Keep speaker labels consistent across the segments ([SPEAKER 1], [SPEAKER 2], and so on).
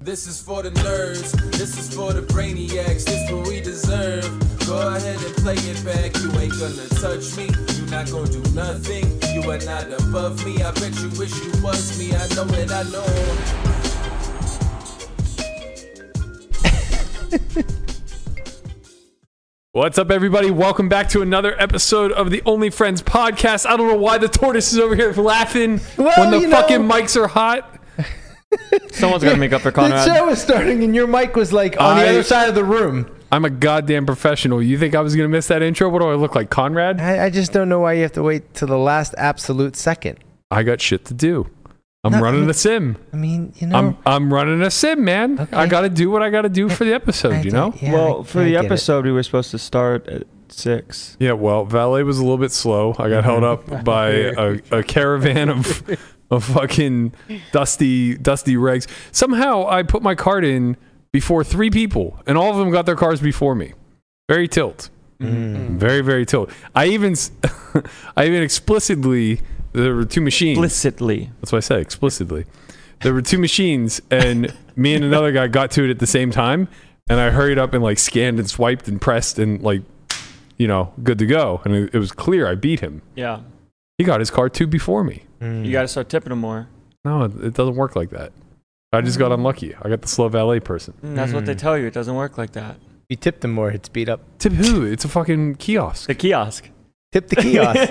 [SPEAKER 1] This is for the nerds, this is for the brainiacs, this what we deserve. Go ahead and play it back, you ain't gonna touch me, you not gonna do nothing, you are not above me. I bet you wish you was me, I know it, I know.
[SPEAKER 2] What's up, everybody? Welcome back to another episode of the Only Friends podcast. I don't know why the tortoise is over here laughing
[SPEAKER 3] Well,
[SPEAKER 2] when the
[SPEAKER 3] you know-
[SPEAKER 2] fucking mics are hot.
[SPEAKER 4] Someone's got to make up for
[SPEAKER 3] The
[SPEAKER 4] Conrad.
[SPEAKER 3] show is starting, and your mic was like on
[SPEAKER 2] I-
[SPEAKER 3] the other side of the room.
[SPEAKER 2] I'm a goddamn professional. You think I was gonna miss that intro? What do I look like, Conrad?
[SPEAKER 3] I, I just don't know why you have to wait till the last absolute second.
[SPEAKER 2] I got shit to do. I'm
[SPEAKER 3] No,
[SPEAKER 2] running
[SPEAKER 3] you-
[SPEAKER 2] a sim.
[SPEAKER 3] I mean, you know,
[SPEAKER 2] I'm I'm running a sim, man. I
[SPEAKER 3] Okay.
[SPEAKER 2] gotta do what I gotta do for the episode.
[SPEAKER 3] I
[SPEAKER 2] you
[SPEAKER 3] don't-
[SPEAKER 2] know.
[SPEAKER 3] yeah,
[SPEAKER 4] well,
[SPEAKER 3] I-
[SPEAKER 4] for
[SPEAKER 3] I
[SPEAKER 4] the
[SPEAKER 3] get it.
[SPEAKER 4] episode, we were supposed to start at six.
[SPEAKER 2] Yeah, well, valet was a little bit slow. I got held up by a, a caravan of of fucking dusty dusty regs. Somehow I put my card in before three people, and all of them got their cars before me. Very tilt. Very very tilt. I even s- I even explicitly there were two machines.
[SPEAKER 4] Explicitly.
[SPEAKER 2] That's what I said explicitly. There were two machines, and me and another guy got to it at the same time. And I hurried up and like scanned and swiped and pressed and like, you know, good to go. And it, it was clear I beat him.
[SPEAKER 4] Yeah.
[SPEAKER 2] He got his car two before me.
[SPEAKER 3] Mm.
[SPEAKER 4] You got to start tipping them more.
[SPEAKER 2] No, it, it doesn't work like that. I just got unlucky. I got the slow valet person.
[SPEAKER 4] Mm, That's what they tell you. It doesn't work like that.
[SPEAKER 3] you tip them more, it's beat up.
[SPEAKER 2] Tip who? It's a fucking kiosk.
[SPEAKER 4] The kiosk.
[SPEAKER 3] Tip the kiosk.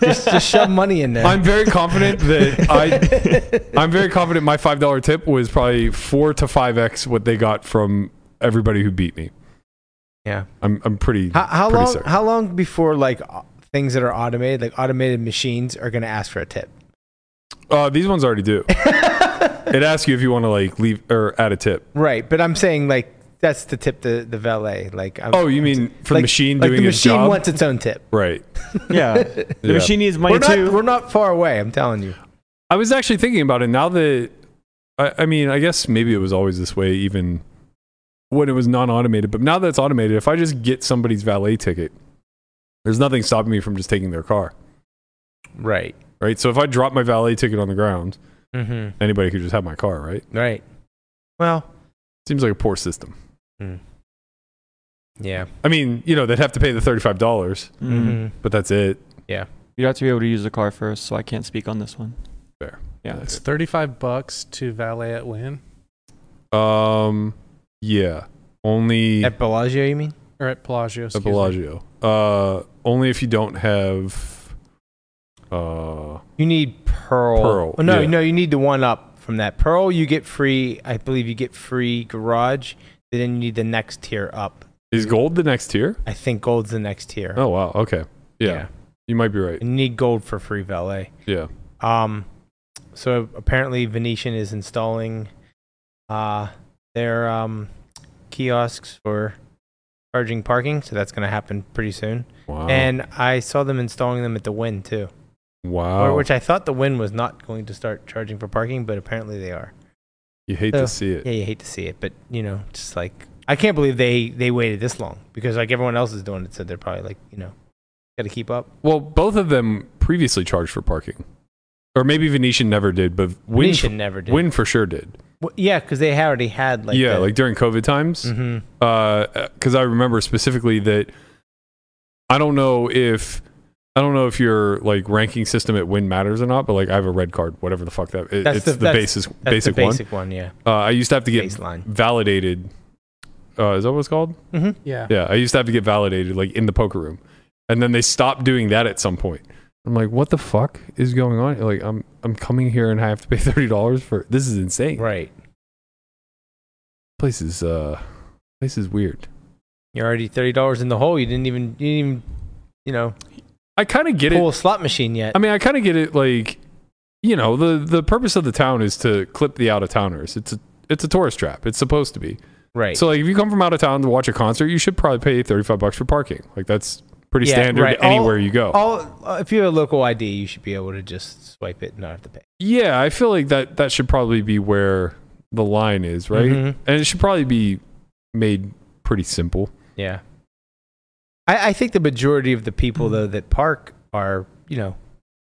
[SPEAKER 3] just, just shove money in there.
[SPEAKER 2] I'm very confident that I, I'm very confident my five dollar tip was probably four to five x what they got from everybody who beat me.
[SPEAKER 3] yeah.
[SPEAKER 2] I'm, I'm pretty.
[SPEAKER 3] How, how
[SPEAKER 2] pretty
[SPEAKER 3] long?
[SPEAKER 2] certain.
[SPEAKER 3] How long before like au- things that are automated, like automated machines, are going to ask for a tip?
[SPEAKER 2] Uh, these ones already do. it asks you if you want to like leave or add a tip.
[SPEAKER 3] Right, but I'm saying like that's the tip the the valet. Like, I'm,
[SPEAKER 2] Oh, you mean for the
[SPEAKER 3] like-
[SPEAKER 2] machine
[SPEAKER 3] like
[SPEAKER 2] doing
[SPEAKER 3] the
[SPEAKER 2] its
[SPEAKER 3] machine
[SPEAKER 2] job?
[SPEAKER 3] wants its own tip.
[SPEAKER 2] Right.
[SPEAKER 4] Yeah. The
[SPEAKER 2] Yeah.
[SPEAKER 4] machine needs money
[SPEAKER 3] We're
[SPEAKER 4] too.
[SPEAKER 3] not, we're not far away. I'm telling you.
[SPEAKER 2] I was actually thinking about it now that I, I mean, I guess maybe it was always this way, even when it was non-automated. But now that it's automated, if I just get somebody's valet ticket, there's nothing stopping me from just taking their car.
[SPEAKER 3] Right.
[SPEAKER 2] Right. So if I drop my valet ticket on the ground,
[SPEAKER 3] Mm-hmm.
[SPEAKER 2] anybody could just have my car. Right.
[SPEAKER 3] Right. Well,
[SPEAKER 2] Seems like a poor system.
[SPEAKER 3] yeah.
[SPEAKER 2] I mean, you know, they'd have to pay the thirty-five dollars,
[SPEAKER 4] Mm.
[SPEAKER 3] Mm-hmm.
[SPEAKER 2] but that's it.
[SPEAKER 4] You have to be able to use the car first, so I can't speak on this one.
[SPEAKER 2] Fair.
[SPEAKER 4] Yeah.
[SPEAKER 2] Nice.
[SPEAKER 5] It's 35 bucks to valet at Wynn
[SPEAKER 2] Um. Yeah. Only
[SPEAKER 3] At Bellagio, you mean?
[SPEAKER 5] or at Bellagio.
[SPEAKER 2] at
[SPEAKER 5] excuse me.
[SPEAKER 2] Bellagio. Uh, only if you don't have. Uh,
[SPEAKER 3] You need Pearl.
[SPEAKER 2] Pearl,
[SPEAKER 3] Oh, no,
[SPEAKER 2] yeah.
[SPEAKER 3] no, you need the one up from that. Pearl, you get free. I believe you get free garage. Then you need the next tier up.
[SPEAKER 2] is gold the next tier?
[SPEAKER 3] I think gold's the next tier.
[SPEAKER 2] Oh wow. Okay. Yeah, you might be right.
[SPEAKER 3] And you need gold for free valet.
[SPEAKER 2] Yeah.
[SPEAKER 3] Um, so apparently Venetian is installing uh, their um, kiosks for charging parking. So that's going to happen pretty soon.
[SPEAKER 2] Wow.
[SPEAKER 3] And I saw them installing them at the Win too,
[SPEAKER 2] wow.
[SPEAKER 3] or, which I thought the Win was not going to start charging for parking, but apparently they are.
[SPEAKER 2] you hate
[SPEAKER 3] so-
[SPEAKER 2] to see it.
[SPEAKER 3] Yeah, you hate to see it, but you know, just like I can't believe they they waited this long because like everyone else is doing it, so they're probably like you know, got to keep up.
[SPEAKER 2] Well, both of them previously charged for parking, or maybe Venetian never did, but Win
[SPEAKER 3] Venetian never did.
[SPEAKER 2] Win for sure did.
[SPEAKER 3] Well, yeah, because they had already had like
[SPEAKER 2] yeah,
[SPEAKER 3] the-
[SPEAKER 2] like during COVID times.
[SPEAKER 3] Mhm.
[SPEAKER 2] because Uh, I remember specifically that I don't know if I don't know if your like ranking system at win matters or not, but like I have a red card, whatever the fuck that it-
[SPEAKER 3] That's
[SPEAKER 2] it's the,
[SPEAKER 3] the- that's-
[SPEAKER 2] basis
[SPEAKER 3] That's
[SPEAKER 2] basic,
[SPEAKER 3] the basic one. yeah,
[SPEAKER 2] one. Uh, I used to have to get
[SPEAKER 3] baseline.
[SPEAKER 2] validated. Uh, is that what it's called?
[SPEAKER 3] hmm
[SPEAKER 5] Yeah.
[SPEAKER 2] Yeah, I used to have to get validated like in the poker room, and then they stopped doing that at some point. I'm like, what the fuck is going on? Like, I'm I'm coming here and I have to pay thirty dollars for this is insane.
[SPEAKER 3] Right,
[SPEAKER 2] Place is uh, place is weird.
[SPEAKER 3] you're already thirty dollars in the hole. You didn't even you didn't even you know
[SPEAKER 2] I kind of get it.
[SPEAKER 3] pull a slot machine yet.
[SPEAKER 2] I mean, I kind of get it. Like, you know, the the purpose of the town is to clip the out of towners. It's a it's a tourist trap. It's supposed to be.
[SPEAKER 3] right.
[SPEAKER 2] So, like, if you come from out of town to watch a concert, you should probably pay thirty five bucks for parking. Like, that's pretty
[SPEAKER 3] Yeah,
[SPEAKER 2] standard
[SPEAKER 3] right.
[SPEAKER 2] anywhere
[SPEAKER 3] All-
[SPEAKER 2] you go.
[SPEAKER 3] all uh, if you have a local ID, you should be able to just swipe it and not have to pay.
[SPEAKER 2] yeah, I feel like that that should probably be where the line is, right?
[SPEAKER 3] Mhm.
[SPEAKER 2] And it should probably be made pretty simple.
[SPEAKER 3] Yeah. I, I think the majority of the people though that park are, you know,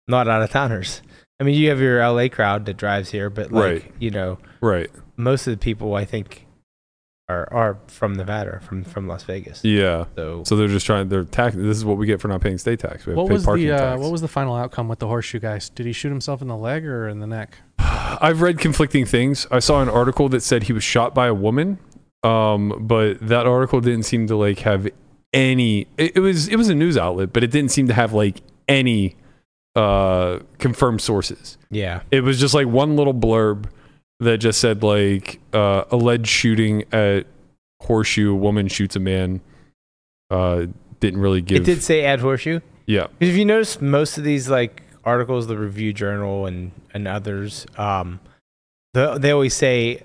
[SPEAKER 3] not out of towners. I mean, you have your LA crowd that drives here, but like
[SPEAKER 2] Right.
[SPEAKER 3] you know,
[SPEAKER 2] Right.
[SPEAKER 3] most of the people I think are are from Nevada, or from from Las Vegas.
[SPEAKER 2] Yeah.
[SPEAKER 3] So
[SPEAKER 2] So they're just trying. They're tax. This is what we get for not paying state tax. We have
[SPEAKER 5] What
[SPEAKER 2] to pay
[SPEAKER 5] was
[SPEAKER 2] parking
[SPEAKER 5] the uh,
[SPEAKER 2] tax.
[SPEAKER 5] what was the final outcome with the horseshoe guys? Did he shoot himself in the leg or in the neck?
[SPEAKER 2] I've read conflicting things. I saw an article that said he was shot by a woman, um, but that article didn't seem to like have any. It, it was it was a news outlet, but it didn't seem to have like any uh, confirmed sources.
[SPEAKER 3] yeah,
[SPEAKER 2] It was just like one little blurb that just said like uh, alleged shooting at horseshoe. A woman shoots a man. Uh, didn't really give.
[SPEAKER 3] it did say add horseshoe.
[SPEAKER 2] Yeah.
[SPEAKER 3] Because if you notice, most of these like articles, the Review Journal and and others, um, the, they always say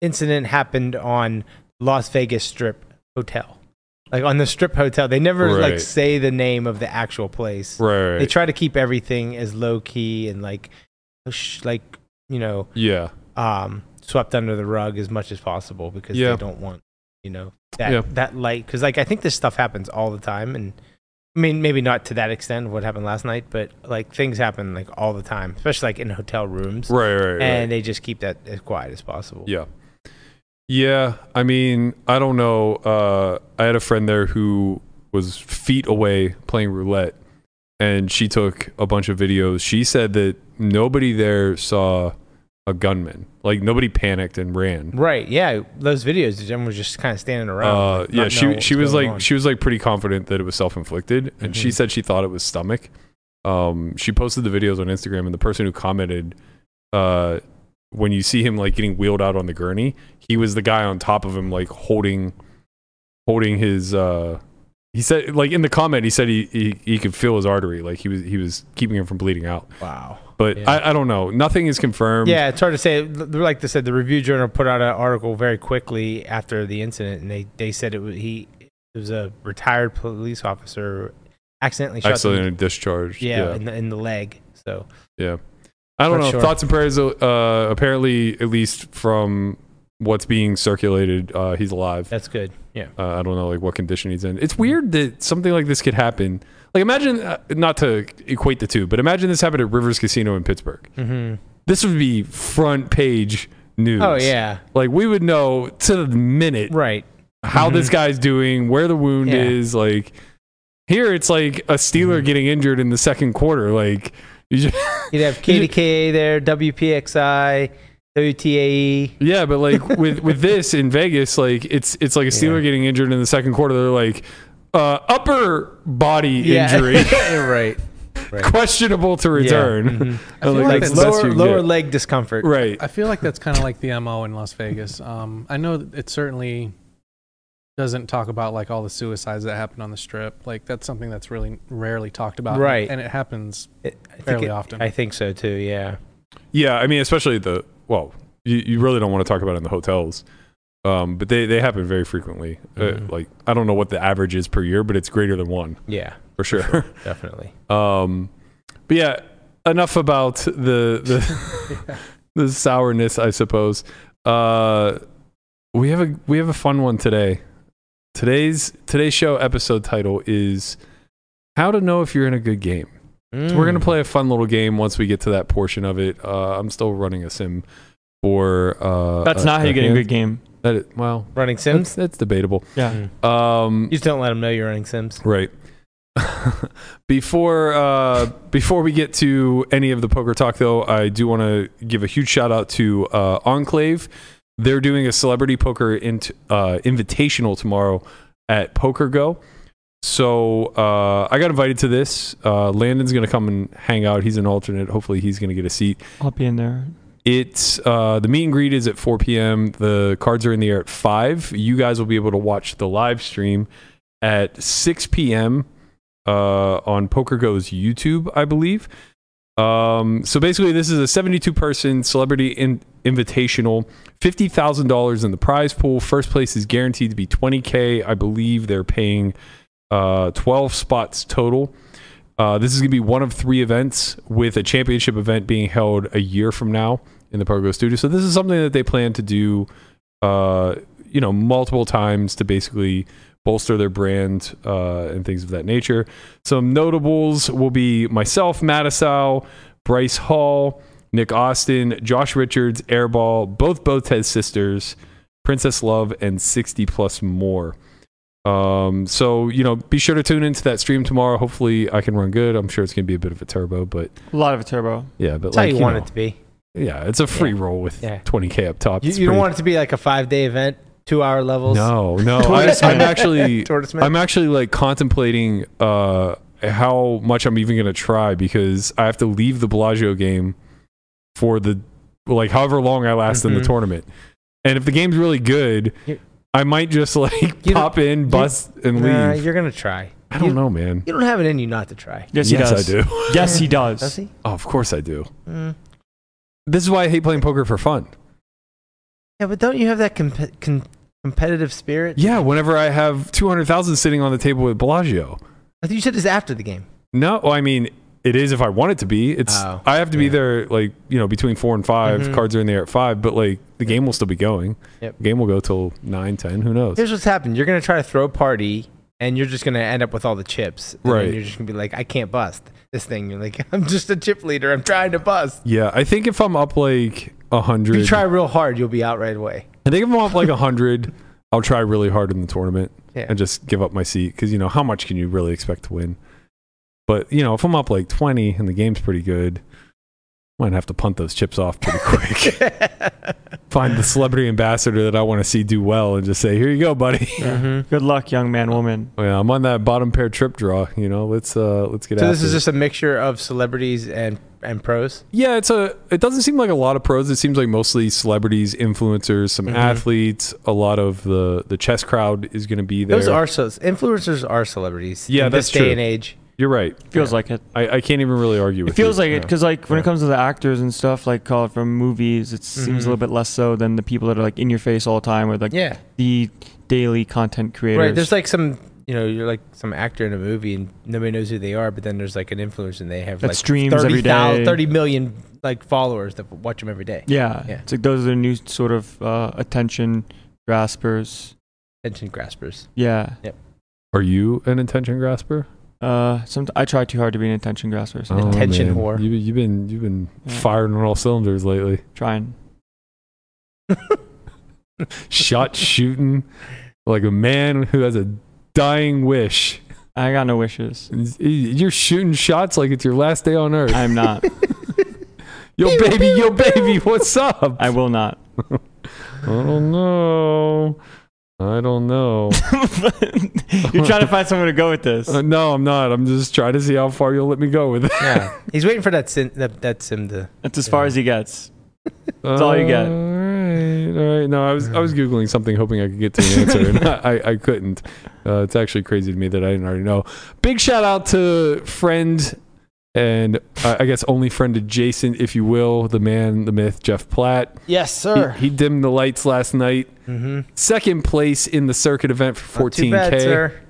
[SPEAKER 3] incident happened on Las Vegas Strip Hotel, like on the Strip Hotel. They never like
[SPEAKER 2] Right.
[SPEAKER 3] say the name of the actual place.
[SPEAKER 2] Right. right.
[SPEAKER 3] They try to keep everything as low key and like, sh- like you know,
[SPEAKER 2] yeah.
[SPEAKER 3] um, swept under the rug as much as possible because
[SPEAKER 2] Yeah.
[SPEAKER 3] they don't want you know that
[SPEAKER 2] Yeah.
[SPEAKER 3] that light because like I think this stuff happens all the time and I mean maybe not to that extent of what happened last night but like things happen like all the time especially like in hotel rooms
[SPEAKER 2] Right. Right. right.
[SPEAKER 3] and they just keep that as quiet as possible
[SPEAKER 2] Yeah. Yeah, I mean, I don't know. Uh, I had a friend there who was feet away playing roulette, and she took a bunch of videos. She said that nobody there saw a gunman. Like nobody panicked and ran.
[SPEAKER 3] right yeah those videos everyone was just kind of standing
[SPEAKER 2] Uh,
[SPEAKER 3] around like,
[SPEAKER 2] yeah,
[SPEAKER 3] not knowing
[SPEAKER 2] she
[SPEAKER 3] what's
[SPEAKER 2] she was
[SPEAKER 3] going
[SPEAKER 2] like
[SPEAKER 3] on.
[SPEAKER 2] she was like pretty confident that it was self inflicted, and she
[SPEAKER 3] Mhm.
[SPEAKER 2] said she thought it was stomach. Um, she posted the videos on Instagram, and the person who commented, uh, when you see him like getting wheeled out on the gurney, he was the guy on top of him, like holding, holding his. Uh, he said like in the comment, he said he, he he could feel his artery, like he was he was keeping him from bleeding out.
[SPEAKER 3] wow
[SPEAKER 2] But
[SPEAKER 3] Yeah.
[SPEAKER 2] I, I don't know, nothing is confirmed.
[SPEAKER 3] yeah it's hard to say like they said the review journal put out an article very quickly after the incident and they, they said it was he it was a retired police officer accidentally shot them-
[SPEAKER 2] accidentally discharged.
[SPEAKER 3] yeah, In, the, in the leg so
[SPEAKER 2] I don't
[SPEAKER 3] Not
[SPEAKER 2] know.
[SPEAKER 3] sure.
[SPEAKER 2] Thoughts and prayers. Uh, apparently, at least from what's being circulated, uh, he's alive.
[SPEAKER 3] that's good yeah
[SPEAKER 2] Uh, I don't know like what condition he's in. It's weird that something like this could happen. Like imagine, uh, not to equate the two, but imagine this happened at Rivers Casino in Pittsburgh.
[SPEAKER 3] mm-hmm.
[SPEAKER 2] This would be front page news.
[SPEAKER 3] oh yeah
[SPEAKER 2] Like we would know to the minute
[SPEAKER 3] right Mm-hmm.
[SPEAKER 2] how this guy's doing, where the wound
[SPEAKER 3] Yeah. Mm-hmm.
[SPEAKER 2] is. Like here, it's like a Steeler getting injured in the second quarter. Like you just.
[SPEAKER 3] you'd have kdka there wpxi wtae
[SPEAKER 2] Yeah, but like with with this in Vegas, like it's it's like a Steeler getting injured in the second quarter. They're like uh, upper body injury
[SPEAKER 3] yeah. right
[SPEAKER 2] questionable to return.
[SPEAKER 3] Mhm.
[SPEAKER 2] And,
[SPEAKER 5] feel like
[SPEAKER 2] that's
[SPEAKER 5] that's
[SPEAKER 2] the best
[SPEAKER 3] lower,
[SPEAKER 2] you can
[SPEAKER 3] lower
[SPEAKER 2] get.
[SPEAKER 3] leg discomfort
[SPEAKER 2] right?
[SPEAKER 5] I feel like that's kind of like the mo in Las Vegas. Um, I know that it certainly doesn't talk about like all the suicides that happen on the strip. Like that's something that's really rarely talked about.
[SPEAKER 3] Right.
[SPEAKER 5] and it happens.
[SPEAKER 3] It- I think
[SPEAKER 5] Fairly
[SPEAKER 3] it-
[SPEAKER 5] often.
[SPEAKER 3] i think so too yeah
[SPEAKER 2] Yeah, I mean, especially the well, you, you really don't want to talk about it in the hotels, um, but they they happen very frequently.
[SPEAKER 3] Mhm.
[SPEAKER 2] Uh, like I don't know what the average is per year, but it's greater than one
[SPEAKER 3] yeah
[SPEAKER 2] for sure.
[SPEAKER 3] definitely
[SPEAKER 2] Um, but yeah, enough about the the the sourness, I suppose. Uh, we have a we have a fun one today. Today's today's show episode title is "How to Know If You're in a Good Game." So we're gonna
[SPEAKER 4] Hmm.
[SPEAKER 3] Mm.
[SPEAKER 2] play a fun little game once we get to that portion of it. Uh, I'm still running a sim for. Uh,
[SPEAKER 4] That's not how you get in a good Hmm? game.
[SPEAKER 2] That is, well,
[SPEAKER 3] running
[SPEAKER 2] that's,
[SPEAKER 3] sims
[SPEAKER 2] that's debatable.
[SPEAKER 4] Yeah.
[SPEAKER 3] Mm.
[SPEAKER 2] Um,
[SPEAKER 3] You just don't let them know you're running Sims.
[SPEAKER 2] Right. before uh, before we get to any of the poker talk, though, I do want to give a huge shout out to uh, Enclave. They're doing a celebrity poker int- uh, invitational tomorrow at Poker Go. So uh, I got invited to this. Uh, Landon's going to come and hang out. He's an alternate. Hopefully, he's going to get a seat.
[SPEAKER 4] I'll be in there.
[SPEAKER 2] It's uh, the meet and greet is at 4 p.m. The cards are in the air at five. You guys will be able to watch the live stream at 6 p.m. Uh, on PokerGo's YouTube, I believe. Um, so basically, this is a 72-person celebrity in- invitational, fifty thousand dollars in the prize pool. First place is guaranteed to be 20k. I believe they're paying uh, 12 spots total. Uh, this is going to be one of three events, with a championship event being held a year from now in the Pogo Studio. So this is something that they plan to do, uh, you know, multiple times to basically bolster their brand uh, and things of that nature. Some notables will be myself, Mattisau, Bryce Hall, Nick Austin, Josh Richards, Airball, both Botez sisters, Princess Love, and 60 plus more. Um, so, you know, be sure to tune into that stream tomorrow. Hopefully, I can run good. I'm sure it's going to be a bit of a turbo, but
[SPEAKER 4] A lot of a turbo.
[SPEAKER 2] yeah, but
[SPEAKER 3] That's
[SPEAKER 2] like,
[SPEAKER 3] how you,
[SPEAKER 2] you
[SPEAKER 3] want
[SPEAKER 2] know,
[SPEAKER 3] it to be.
[SPEAKER 2] yeah, it's a free roll with
[SPEAKER 3] Yeah.
[SPEAKER 2] 20k up top.
[SPEAKER 3] You,
[SPEAKER 2] It's
[SPEAKER 3] you don't
[SPEAKER 2] pretty-
[SPEAKER 3] want it to be like a five day event, two hour levels.
[SPEAKER 2] no, no. I,
[SPEAKER 3] Tortoise
[SPEAKER 2] I'm
[SPEAKER 3] man.
[SPEAKER 2] actually,
[SPEAKER 3] Tortoise man.
[SPEAKER 2] I'm actually like contemplating uh, how much I'm even gonna try because I have to leave the Bellagio game for the like however long I last in
[SPEAKER 3] Mhm.
[SPEAKER 2] the tournament, and if the game's really good,
[SPEAKER 3] You-
[SPEAKER 2] I might just like
[SPEAKER 3] You don't-
[SPEAKER 2] pop in, bust, and
[SPEAKER 3] Nah,
[SPEAKER 2] leave.
[SPEAKER 3] you're gonna try.
[SPEAKER 2] I don't
[SPEAKER 3] you-
[SPEAKER 2] know, man.
[SPEAKER 3] You don't have it in you not to try.
[SPEAKER 4] Yes, he
[SPEAKER 2] yes,
[SPEAKER 4] does.
[SPEAKER 2] I do.
[SPEAKER 4] Yes, he does.
[SPEAKER 3] Does he?
[SPEAKER 2] Oh, of course I do.
[SPEAKER 3] Mm.
[SPEAKER 2] This is why I hate playing poker for fun.
[SPEAKER 3] Yeah, but don't you have that comp- com- competitive spirit?
[SPEAKER 2] Yeah, whenever I have two hundred thousand sitting on the table with Bellagio.
[SPEAKER 3] I think you said this after the game.
[SPEAKER 2] No, well, I mean it is if I want it to be. It's
[SPEAKER 3] Oh,
[SPEAKER 2] I have to be
[SPEAKER 3] yeah.
[SPEAKER 2] there like you know between four and 5
[SPEAKER 3] Mhm.
[SPEAKER 2] Cards are in the air at five, but like the game will still be going.
[SPEAKER 3] Yep.
[SPEAKER 2] The game will go till nine, ten. Who knows?
[SPEAKER 3] Here's what's happened. You're gonna try to throw a party, and you're just gonna end up with all the chips. And then
[SPEAKER 2] Right.
[SPEAKER 3] You're just gonna be like, I can't bust this thing. You're like, I'm just a chip leader. I'm trying to bust.
[SPEAKER 2] yeah, I think if I'm up like a
[SPEAKER 3] If you
[SPEAKER 2] hundred,
[SPEAKER 3] try real hard, you'll be out right away.
[SPEAKER 2] I think if I'm up like a hundred, I'll try really hard in the tournament
[SPEAKER 3] Yeah.
[SPEAKER 2] and just give up my seat because you know how much can you really expect to win? But you know if I'm up like twenty and the game's pretty good, might have to punt those chips off pretty quick. Find the celebrity ambassador that I want to see do well and just say, "Here you go, buddy."
[SPEAKER 3] Mhm.
[SPEAKER 4] Good luck, young man, woman.
[SPEAKER 2] Well, Oh, yeah, I'm on that bottom pair trip draw. You know, let's uh let's get.
[SPEAKER 3] So
[SPEAKER 2] after
[SPEAKER 3] this is
[SPEAKER 2] it.
[SPEAKER 3] just a mixture of celebrities and and pros.
[SPEAKER 2] yeah. It's a. It doesn't seem like a lot of pros. It seems like mostly celebrities, influencers, some
[SPEAKER 3] Mhm.
[SPEAKER 2] athletes. A lot of the the chess crowd is going to be there.
[SPEAKER 3] Those are so influencers are celebrities.
[SPEAKER 2] Yeah,
[SPEAKER 3] in
[SPEAKER 2] that's
[SPEAKER 3] this day
[SPEAKER 2] true.
[SPEAKER 3] and age.
[SPEAKER 2] You're right.
[SPEAKER 4] Feels like it.
[SPEAKER 2] I, I can't even really argue with.
[SPEAKER 4] It feels
[SPEAKER 2] you.
[SPEAKER 4] like it because, like, when
[SPEAKER 2] Yeah.
[SPEAKER 4] it comes to the actors and stuff, like, call it from movies, it seems
[SPEAKER 3] Mhm.
[SPEAKER 2] Mm-hmm.
[SPEAKER 4] a little bit less so than the people that are like in your face all the time, or like
[SPEAKER 3] Yeah,
[SPEAKER 4] the daily content creators.
[SPEAKER 3] right. There's like some, you know, you're like some actor in a movie and nobody knows who they are, but then there's like an influencer and they have
[SPEAKER 4] That
[SPEAKER 3] like
[SPEAKER 4] streams
[SPEAKER 3] 30,
[SPEAKER 4] every
[SPEAKER 3] thou-
[SPEAKER 4] day.
[SPEAKER 3] 30 million like followers that watch them every day.
[SPEAKER 4] Yeah.
[SPEAKER 3] Yeah.
[SPEAKER 4] It's like those are the new sort of uh, attention graspers.
[SPEAKER 3] Attention graspers.
[SPEAKER 4] Yeah.
[SPEAKER 2] Are you an attention grasper?
[SPEAKER 4] Uh, some I try too hard to be an attention grasper. So
[SPEAKER 2] Oh,
[SPEAKER 3] Attention
[SPEAKER 2] man.
[SPEAKER 3] whore.
[SPEAKER 2] You, you've been you've been
[SPEAKER 4] Yeah.
[SPEAKER 2] firing on all cylinders lately.
[SPEAKER 4] trying.
[SPEAKER 2] Shot shooting like a man who has a dying wish.
[SPEAKER 4] I got no wishes.
[SPEAKER 2] You're shooting shots like it's your last day on earth.
[SPEAKER 4] I'm not.
[SPEAKER 2] Yo, baby, yo, baby, what's up?
[SPEAKER 4] I will not.
[SPEAKER 2] I don't know. I don't know.
[SPEAKER 4] You're trying to find somewhere to go with this.
[SPEAKER 2] Uh, no, I'm not. I'm just trying to see how far you'll let me go with it.
[SPEAKER 3] Yeah, he's waiting for that sim, that, that sim to.
[SPEAKER 4] That's as far
[SPEAKER 3] Yeah.
[SPEAKER 4] as he gets. all you get.
[SPEAKER 2] All right, all right. No, I was I was googling something hoping I could get to an answer, and I, I couldn't. Uh, it's actually crazy to me that I didn't already know. Big shout out to friend and uh, I guess only friend adjacent, if you will, the man, the myth, Jeff Platt.
[SPEAKER 3] Yes,
[SPEAKER 2] He- he dimmed the lights last night.
[SPEAKER 3] mm-hmm.
[SPEAKER 2] Second place in the circuit event for 14k.
[SPEAKER 3] Too bad, sir.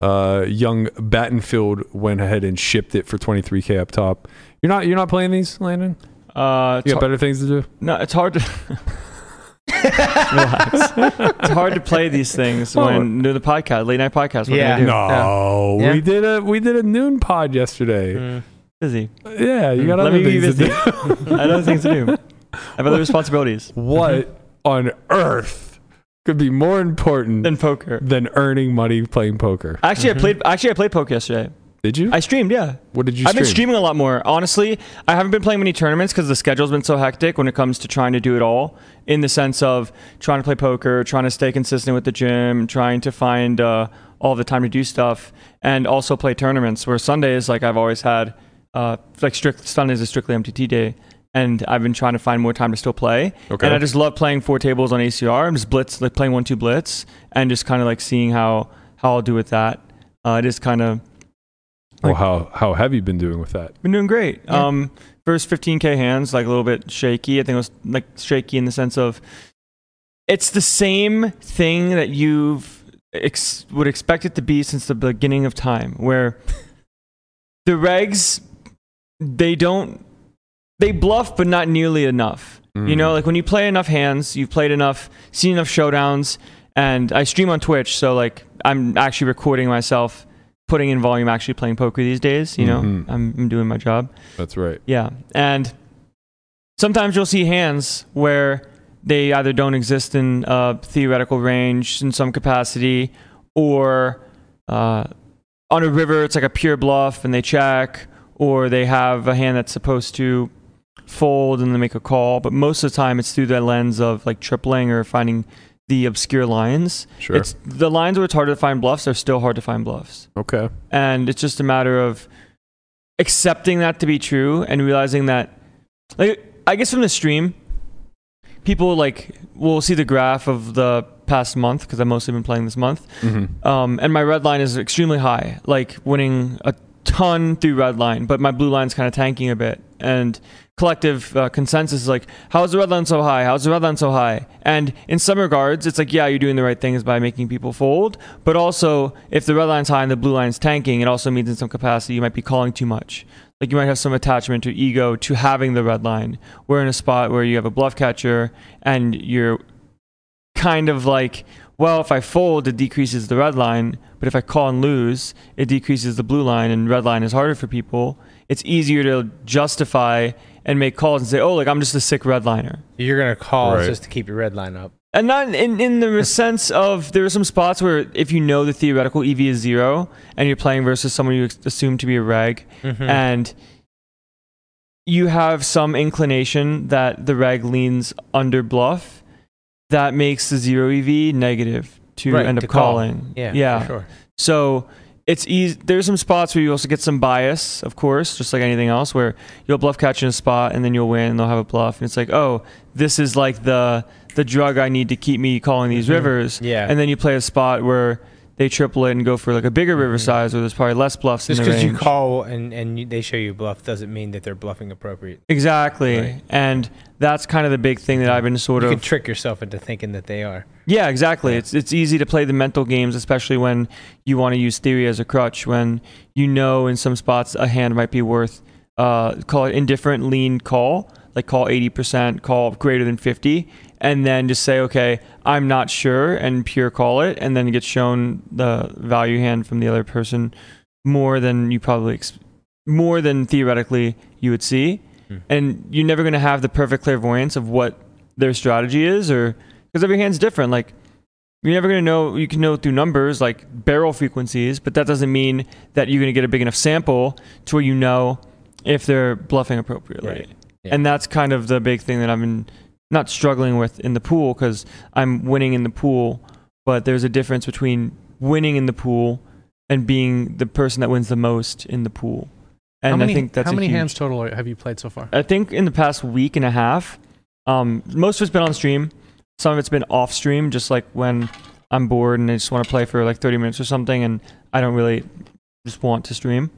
[SPEAKER 2] uh, young Battenfield went ahead and shipped it for 23k up top. You're not you're not playing these, Landon.
[SPEAKER 4] Uh, it's
[SPEAKER 2] You got
[SPEAKER 4] har-
[SPEAKER 2] better things to do.
[SPEAKER 4] no, it's hard to. Relax. It's hard to play these things
[SPEAKER 2] Well,
[SPEAKER 4] when do the podcast, late night podcast. What
[SPEAKER 3] Yeah.
[SPEAKER 4] yeah. do?
[SPEAKER 2] No,
[SPEAKER 3] Yeah.
[SPEAKER 2] we did a we did a noon pod yesterday.
[SPEAKER 3] Mm.
[SPEAKER 4] Busy.
[SPEAKER 2] Yeah, you got
[SPEAKER 4] Hmm. Let
[SPEAKER 2] other
[SPEAKER 4] me be
[SPEAKER 2] things to
[SPEAKER 4] busy.
[SPEAKER 2] do.
[SPEAKER 4] I have other things to do. I have other responsibilities
[SPEAKER 2] What on earth could be more important than,
[SPEAKER 4] than poker.
[SPEAKER 2] earning money playing poker?
[SPEAKER 4] Actually,
[SPEAKER 3] Mhm.
[SPEAKER 4] I played. Actually, I played poker yesterday.
[SPEAKER 2] Did you?
[SPEAKER 4] I streamed. Yeah.
[SPEAKER 2] what did you
[SPEAKER 4] I've
[SPEAKER 2] stream?
[SPEAKER 4] been streaming a lot more. Honestly, I haven't been playing many tournaments because the schedule's been so hectic when it comes to trying to do it all. In the sense of trying to play poker, trying to stay consistent with the gym, trying to find uh, all the time to do stuff, and also play tournaments. Where Sundays, like I've always had, uh, like strict Sundays is strictly MTT day, and I've been trying to find more time to still play.
[SPEAKER 2] Okay.
[SPEAKER 4] And I just love playing four tables on ACR. I'm just blitz, like playing one two blitz, and just kind of like seeing how how I'll do with that. Uh, it is kind of
[SPEAKER 2] Well, how how have you been doing with that?
[SPEAKER 4] been doing great. Um, first 15k hands, like a little bit shaky. I think it was like shaky in the sense of it's the same thing that you've ex- would expect it to be since the beginning of time, where the regs they don't they bluff, but not nearly enough. You know, like when you play enough hands, you've played enough, seen enough showdowns, and I stream on Twitch, so like I'm actually recording myself putting in volume actually playing poker these days. You
[SPEAKER 2] Mhm.
[SPEAKER 4] know, I'm, I'm doing my job.
[SPEAKER 2] Mm, That's right.
[SPEAKER 4] Yeah. And sometimes you'll see hands where they either don't exist in uh, theoretical range in some capacity or uh, on a river, it's like a pure bluff and they check, or they have a hand that's supposed to fold and then make a call. But most of the time, it's through the lens of like tripling or finding the obscure lines.
[SPEAKER 2] Sure.
[SPEAKER 4] It's the lines where it's harder to find bluffs are still hard to find bluffs
[SPEAKER 2] okay.
[SPEAKER 4] and it's just a matter of accepting that to be true and realizing that like i guess from the stream people like will see the graph of the past month because i've mostly been playing this month
[SPEAKER 2] hmm
[SPEAKER 4] um, and my red line is extremely high like winning a ton through red line but my blue line's kind of tanking a bit and collective uh, consensus is like how's the red line so high how's the red line so high and in some regards it's like yeah you're doing the right things by making people fold but also if the red line's high and the blue line's tanking it also means in some capacity you might be calling too much like you might have some attachment or ego to having the red line we're in a spot where you have a bluff catcher and you're kind of like, well, if I fold, it decreases the red line, but if I call and lose, it decreases the blue line, and red line is harder for people. It's easier to justify and make calls and say, oh, like I'm just a sick red liner.
[SPEAKER 3] You're gonna call
[SPEAKER 2] Right.
[SPEAKER 3] just to keep your red line up.
[SPEAKER 4] And not in, in the sense of there are some spots where if you know the theoretical EV is zero and you're playing versus someone you ex- assume to be a reg,
[SPEAKER 3] Mm-hmm. Hmm.
[SPEAKER 4] and you have some inclination that the reg leans under bluff, that makes the zero EV negative to
[SPEAKER 3] Right,
[SPEAKER 4] end up
[SPEAKER 3] to call.
[SPEAKER 4] calling.
[SPEAKER 3] yeah,
[SPEAKER 4] yeah.
[SPEAKER 3] for sure.
[SPEAKER 4] So it's easy. There's some spots where you also get some bias, of course, just like anything else, where you'll bluff catch in a spot and then you'll win and they'll have a bluff, and it's like, oh, this is like the the drug I need to keep me calling these rivers.
[SPEAKER 3] Mm-hmm. Yeah.
[SPEAKER 4] And then you play a spot where they triple it and go for like a bigger river size where there's probably less bluffs.
[SPEAKER 3] Mm-hmm. Just
[SPEAKER 4] in the
[SPEAKER 3] because you
[SPEAKER 4] range.
[SPEAKER 3] call and and you, they show you bluff doesn't mean that they're bluffing appropriate.
[SPEAKER 4] Exactly.
[SPEAKER 3] Right.
[SPEAKER 4] And that's kind of the big thing that I've been sort
[SPEAKER 3] You
[SPEAKER 4] of
[SPEAKER 3] can trick yourself into thinking that they are.
[SPEAKER 4] Yeah, exactly.
[SPEAKER 3] Yeah.
[SPEAKER 4] It's it's easy to play the mental games, especially when you want to use theory as a crutch. When you know in some spots a hand might be worth uh, call it indifferent lean call, like call eighty percent, call greater than fifty, and then just say okay, I'm not sure, and pure call it, and then get shown the value hand from the other person more than you probably ex- more than theoretically you would see,
[SPEAKER 3] Hmm.
[SPEAKER 4] and you're never going to have the perfect clairvoyance of what their strategy is or because every hand's different. Like you're never gonna know. You can know through numbers, like barrel frequencies, but that doesn't mean that you're gonna get a big enough sample to where you know if they're bluffing appropriately.
[SPEAKER 3] Right. Yeah.
[SPEAKER 4] And that's kind of the big thing that I've been not struggling with in the pool because I'm winning in the pool, but there's a difference between winning in the pool and being the person that wins the most in the pool. And
[SPEAKER 5] how many,
[SPEAKER 4] I think that's
[SPEAKER 5] how
[SPEAKER 4] a
[SPEAKER 5] many
[SPEAKER 4] huge-
[SPEAKER 5] hands total are- have you played so far?
[SPEAKER 4] I think in the past week and a half, um, most of it's been on stream. Some of it's been off stream, just like when I'm bored and I just want to play for like 30 minutes or something, and I don't really just want to stream.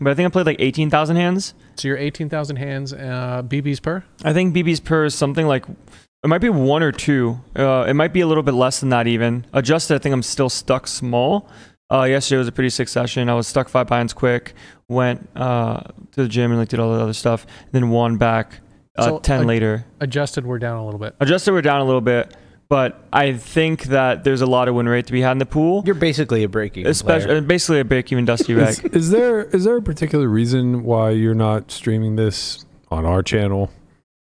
[SPEAKER 4] But I think I played like 18,000 hands.
[SPEAKER 5] So you're 18,000 hands, uh, BBs per.
[SPEAKER 4] I think BB's per is something like it might be one or two. Uh, it might be a little bit less than that even. Adjusted, I think I'm still stuck small. Uh, yesterday was a pretty sick session. I was stuck five binds quick. Went uh, to the gym and like did all the other stuff. then one back uh,
[SPEAKER 5] So,
[SPEAKER 4] ten
[SPEAKER 5] ad-
[SPEAKER 4] later.
[SPEAKER 5] Adjusted, we're down a little bit.
[SPEAKER 4] Adjusted, we're down a little bit, but I think that there's a lot of win rate to be had in the pool,
[SPEAKER 3] You're basically a breaking.
[SPEAKER 4] especially
[SPEAKER 3] player.
[SPEAKER 4] uh, basically a break even dusty reg.
[SPEAKER 2] Is, is there is there a particular reason why you're not streaming this on our channel?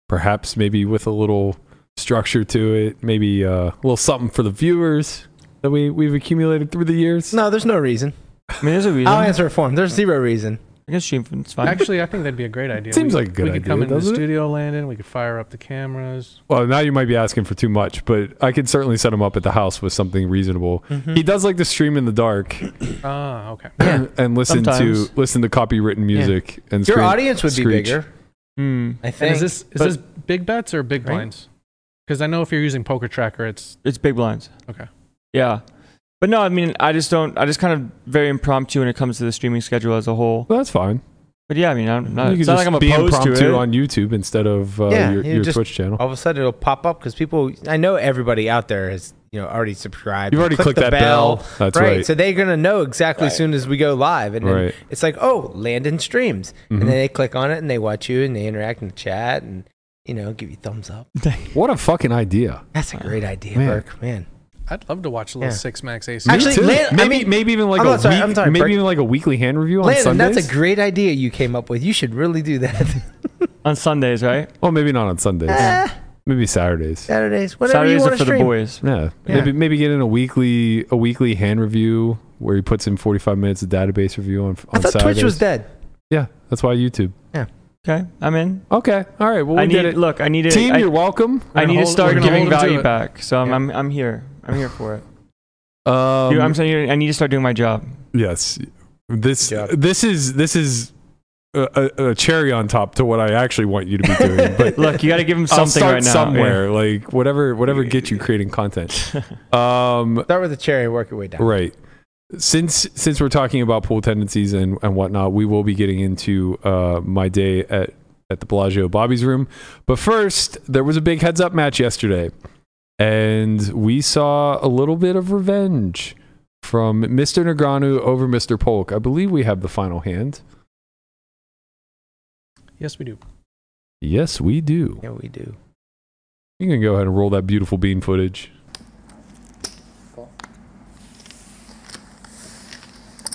[SPEAKER 2] Perhaps maybe with a little structure to it, maybe uh, a little something for the viewers that we we've accumulated through the years.
[SPEAKER 3] No, there's no reason.
[SPEAKER 4] I mean, there's a reason.
[SPEAKER 3] I'll
[SPEAKER 4] I
[SPEAKER 3] answer it for him. There's zero reason.
[SPEAKER 4] can stream. It's fine.
[SPEAKER 5] Actually, I think that'd be a great idea.
[SPEAKER 2] Seems
[SPEAKER 5] we,
[SPEAKER 2] like a good
[SPEAKER 5] We could
[SPEAKER 2] idea,
[SPEAKER 5] come into the
[SPEAKER 2] doesn't it?
[SPEAKER 5] studio, Landon. We could fire up the cameras.
[SPEAKER 2] Well, now you might be asking for too much, but I could certainly set him up at the house with something reasonable.
[SPEAKER 3] Mm-hmm.
[SPEAKER 2] He does like to stream in the dark
[SPEAKER 5] Ah, okay.
[SPEAKER 2] and listen to
[SPEAKER 4] Sometimes.
[SPEAKER 2] listen to copywritten music and
[SPEAKER 3] Your
[SPEAKER 2] scream-
[SPEAKER 3] audience would be
[SPEAKER 2] screech.
[SPEAKER 3] bigger.
[SPEAKER 4] Hmm.
[SPEAKER 3] I
[SPEAKER 5] And
[SPEAKER 3] think.
[SPEAKER 5] is this is
[SPEAKER 4] But-
[SPEAKER 5] this big bets or big
[SPEAKER 3] Right.
[SPEAKER 5] blinds? Because I know if you're using Poker Tracker, it's
[SPEAKER 4] It's big blinds.
[SPEAKER 5] Okay.
[SPEAKER 4] Yeah, but no, I mean, I just don't. I just kind of very impromptu when it comes to the streaming schedule as a whole.
[SPEAKER 2] Well, that's fine.
[SPEAKER 4] But yeah, I mean, I'm not.
[SPEAKER 2] you could
[SPEAKER 4] It's not
[SPEAKER 2] just
[SPEAKER 4] like I'm
[SPEAKER 2] be
[SPEAKER 4] opposed
[SPEAKER 2] impromptu
[SPEAKER 4] to it.
[SPEAKER 2] on YouTube instead of uh,
[SPEAKER 3] Yeah,
[SPEAKER 2] your,
[SPEAKER 3] you
[SPEAKER 2] your
[SPEAKER 3] just-
[SPEAKER 2] Twitch channel.
[SPEAKER 3] all of a sudden it'll pop up because people. I know everybody out there has you know already subscribed.
[SPEAKER 2] You've already
[SPEAKER 3] Click
[SPEAKER 2] clicked
[SPEAKER 3] the
[SPEAKER 2] that bell. That's right.
[SPEAKER 3] So they're gonna know exactly as soon as we go live, and then
[SPEAKER 2] Right.
[SPEAKER 3] it's like, oh, Landon streams, and
[SPEAKER 2] Mhm.
[SPEAKER 3] then they click on it and they watch you and they interact in the chat and you know give you thumbs up.
[SPEAKER 2] What a fucking idea!
[SPEAKER 3] That's a great idea,
[SPEAKER 2] Man.
[SPEAKER 3] Burke. Man,
[SPEAKER 5] I'd love to watch a little
[SPEAKER 3] Yeah.
[SPEAKER 5] six max ace.
[SPEAKER 3] Actually,
[SPEAKER 2] Too.
[SPEAKER 3] Lan- I
[SPEAKER 2] maybe
[SPEAKER 3] mean-
[SPEAKER 2] maybe even like
[SPEAKER 3] I'm
[SPEAKER 2] a
[SPEAKER 3] not sorry,
[SPEAKER 2] week-
[SPEAKER 3] I'm sorry,
[SPEAKER 2] maybe
[SPEAKER 3] Bert.
[SPEAKER 2] even like a weekly hand review on
[SPEAKER 3] Landon,
[SPEAKER 2] Sundays.
[SPEAKER 3] that's a great idea you came up with. You should really do that.
[SPEAKER 4] on Sundays, right?
[SPEAKER 2] well, Oh, maybe not on Sundays.
[SPEAKER 3] Eh,
[SPEAKER 2] Maybe Saturdays.
[SPEAKER 3] Saturdays, whatever you
[SPEAKER 4] Saturdays
[SPEAKER 3] want to
[SPEAKER 4] are for
[SPEAKER 3] stream.
[SPEAKER 4] the boys.
[SPEAKER 2] Yeah.
[SPEAKER 3] Yeah.
[SPEAKER 2] Maybe maybe get in a weekly a weekly hand review where he puts in 45 minutes of database review on on
[SPEAKER 3] I thought
[SPEAKER 2] Saturdays.
[SPEAKER 3] Twitch was dead.
[SPEAKER 2] Yeah, that's why YouTube.
[SPEAKER 4] Okay, I'm in.
[SPEAKER 2] Okay. All right. Well, we
[SPEAKER 4] I need
[SPEAKER 2] did it.
[SPEAKER 4] look. I need to.
[SPEAKER 2] Team,
[SPEAKER 4] I,
[SPEAKER 2] you're welcome.
[SPEAKER 4] I
[SPEAKER 5] We're gonna
[SPEAKER 4] need to
[SPEAKER 5] hold- we're
[SPEAKER 4] start
[SPEAKER 5] gonna
[SPEAKER 4] giving
[SPEAKER 5] hold 'em to
[SPEAKER 4] value
[SPEAKER 5] it.
[SPEAKER 4] back. So I'm,
[SPEAKER 3] Yeah.
[SPEAKER 4] I'm I'm here. I'm here for it.
[SPEAKER 2] Um,
[SPEAKER 4] Dude, I'm saying I need to start doing my job.
[SPEAKER 2] yes. This
[SPEAKER 3] Good job.
[SPEAKER 2] this is this is a, a, a cherry on top to what I actually want you to be doing. But
[SPEAKER 4] Look, you got to give him
[SPEAKER 2] I'll
[SPEAKER 4] something
[SPEAKER 2] start
[SPEAKER 4] right now.
[SPEAKER 2] somewhere, like whatever whatever gets you creating content.
[SPEAKER 4] Yeah.
[SPEAKER 2] Um,
[SPEAKER 3] Start with the cherry, work your way down.
[SPEAKER 2] Right. Since since we're talking about pool tendencies and, and whatnot, we will be getting into uh, my day at, at the Bellagio Bobby's room. But first, there was a big heads up match yesterday, and we saw a little bit of revenge from Mr. Nagano over Mr. Polk. I believe we have the final hand.
[SPEAKER 5] Yes, we do.
[SPEAKER 2] Yes, we do.
[SPEAKER 3] Yeah, we do.
[SPEAKER 2] You can go ahead and roll that beautiful bean footage.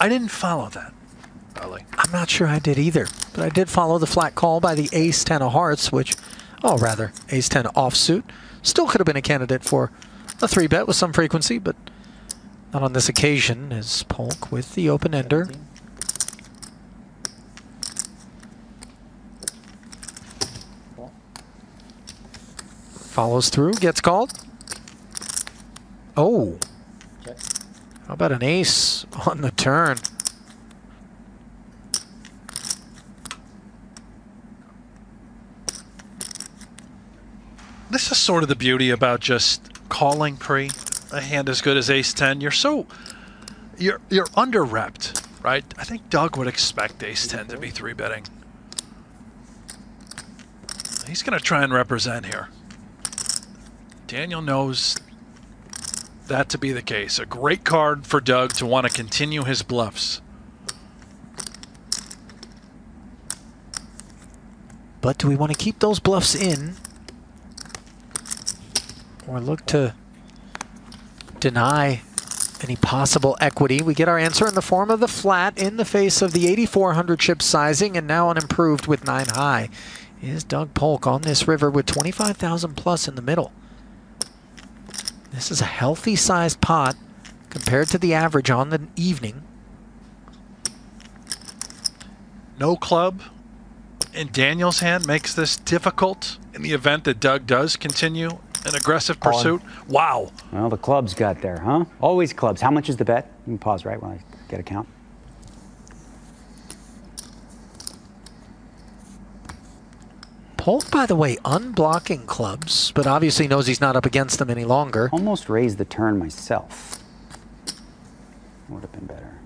[SPEAKER 6] I didn't follow that. I'm not sure I did either, but I did follow the flat call by the ace 10 of hearts, which, oh, rather, ace 10 offsuit. Still could have been a candidate for a three bet with some frequency, but not on this occasion, as Polk with the open ender. Follows through, gets called. Oh. How about an ace on the turn?
[SPEAKER 7] this is sort of the beauty about just calling pre a hand as good as ace 10 you're so you're you're under repped right i think doug would expect ace 10 to be three betting he's going to try and represent here daniel knows that to be the case a great card for doug to want to continue his bluffs
[SPEAKER 6] But do we want to keep those bluffs in? Or look to deny any possible equity? We get our answer in the form of the flat in the face of the 8400 chip sizing and now unimproved with 9 high. Is Doug Polk on this river with 25,000 plus in the middle? This is a healthy sized pot compared to the average on the evening.
[SPEAKER 7] no club in Daniel's hand makes this difficult in the event that Doug does continue an aggressive pursuit. Wow.
[SPEAKER 8] Well, the clubs got there, huh? Always clubs. How much is the bet? You can pause right when I get a count.
[SPEAKER 6] Polk, by the way, unblocking clubs, but obviously knows he's not up against them any longer.
[SPEAKER 8] Almost raised the turn myself. Would have been better.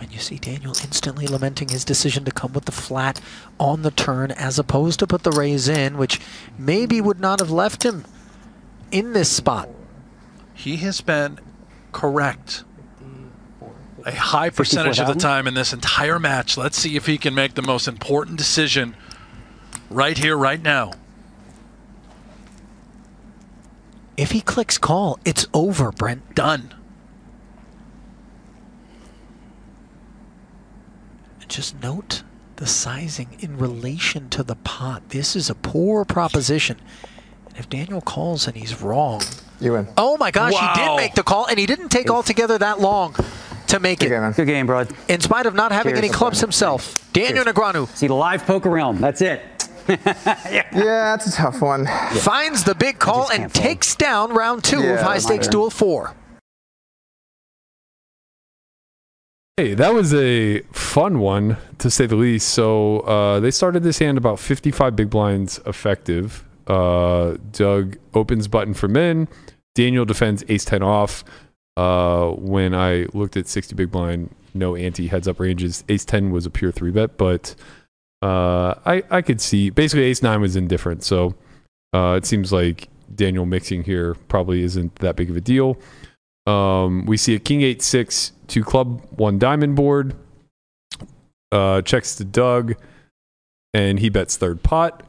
[SPEAKER 6] And you see Daniel instantly lamenting his decision to come with the flat on the turn as opposed to put the raise in, which maybe would not have left him in this spot.
[SPEAKER 7] He has been correct a high percentage of the
[SPEAKER 8] 54,000?
[SPEAKER 7] time in this entire match. Let's see if he can make the most important decision right here, right now.
[SPEAKER 6] If he clicks call, it's over, Brent.
[SPEAKER 7] Done.
[SPEAKER 6] Just note the sizing in relation to the pot. This is a poor proposition. And if Daniel calls and he's wrong.
[SPEAKER 9] You win.
[SPEAKER 6] Oh my gosh, he
[SPEAKER 7] Wow.
[SPEAKER 6] did make the call, and he didn't take altogether that long to make
[SPEAKER 9] Good
[SPEAKER 6] it.
[SPEAKER 9] game, man.
[SPEAKER 8] Good game, broad.
[SPEAKER 6] In spite of not having
[SPEAKER 8] Cheers.
[SPEAKER 6] any clubs himself, Daniel Negreanu
[SPEAKER 8] See the live poker realm. That's it.
[SPEAKER 9] Yeah, that's a tough one.
[SPEAKER 6] finds the big call
[SPEAKER 8] just
[SPEAKER 6] and
[SPEAKER 8] can't fold.
[SPEAKER 6] takes down round two
[SPEAKER 9] Yeah,
[SPEAKER 6] of high
[SPEAKER 9] my
[SPEAKER 6] stakes
[SPEAKER 8] turn.
[SPEAKER 6] duel four.
[SPEAKER 2] Hey, that was a fun one to say the least. So uh, they started this hand about 55 big blinds effective. Uh, Doug opens button for men. Daniel defends ace 10 off. Uh, when I looked at 60 big blind, no anti heads up ranges. Ace 10 was a pure three bet, but uh, I, I could see basically ace 9 was indifferent. So uh, it seems like Daniel mixing here probably isn't that big of a deal. Um, we see a king eight six two club one diamond board. Uh, checks to Doug, and he bets third pot.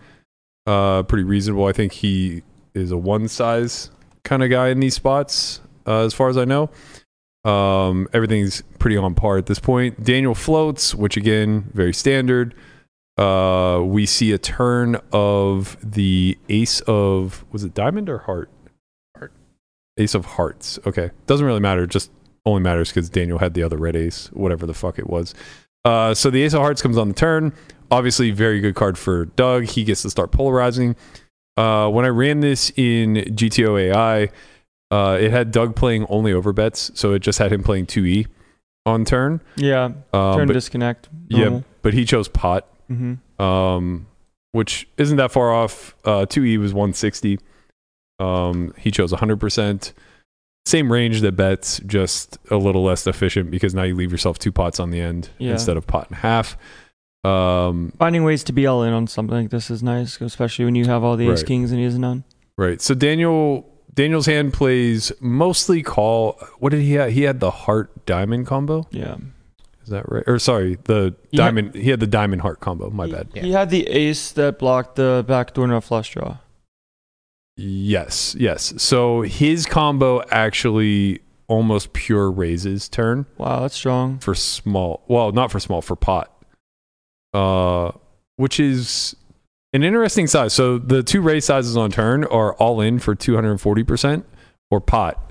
[SPEAKER 2] Uh, pretty reasonable. I think he is a one size kind of guy in these spots. uh, as far as I know. Um, everything's pretty on par at this point. Daniel floats, which again, very standard. Uh, we see a turn of the ace of was it diamond or heart?
[SPEAKER 5] Heart.
[SPEAKER 2] Ace of hearts. Okay, doesn't really matter. Just only matters because Daniel had the other red ace, whatever the fuck it was. Uh, so the ace of hearts comes on the turn. Obviously, very good card for Doug. He gets to start polarizing. Uh, when I ran this in GTO AI, uh, it had Doug playing only over bets, so it just had him playing two E on turn.
[SPEAKER 4] Yeah.
[SPEAKER 2] Um,
[SPEAKER 4] Turn
[SPEAKER 2] but-
[SPEAKER 4] disconnect.
[SPEAKER 2] yeah, but he chose pot
[SPEAKER 4] Mm-hmm.
[SPEAKER 2] um, which isn't that far off. Uh, 2E was 160. Um, he chose 100%. Same range that bets, just a little less efficient because now you leave yourself two pots on the end
[SPEAKER 4] Yeah.
[SPEAKER 2] instead of pot and half. Um,
[SPEAKER 4] Finding ways to be all in on something like this is nice, especially when you have all the ace
[SPEAKER 2] Right.
[SPEAKER 4] kings and he has none.
[SPEAKER 2] right. So Daniel Daniel's hand plays mostly call. What did he have? He had the heart diamond combo.
[SPEAKER 4] Yeah.
[SPEAKER 2] Is that right? Or sorry, the
[SPEAKER 4] He had-
[SPEAKER 2] diamond. he had the diamond heart combo. My
[SPEAKER 4] He-
[SPEAKER 2] bad.
[SPEAKER 4] He had the ace that blocked the back doorknob flush draw.
[SPEAKER 2] Yes, yes. So his combo actually almost pure raises turn
[SPEAKER 4] Wow, that's strong.
[SPEAKER 2] for small. Well, not for small, for pot. Uh, which is an interesting size. So the two raise sizes on turn are all in for 240% or pot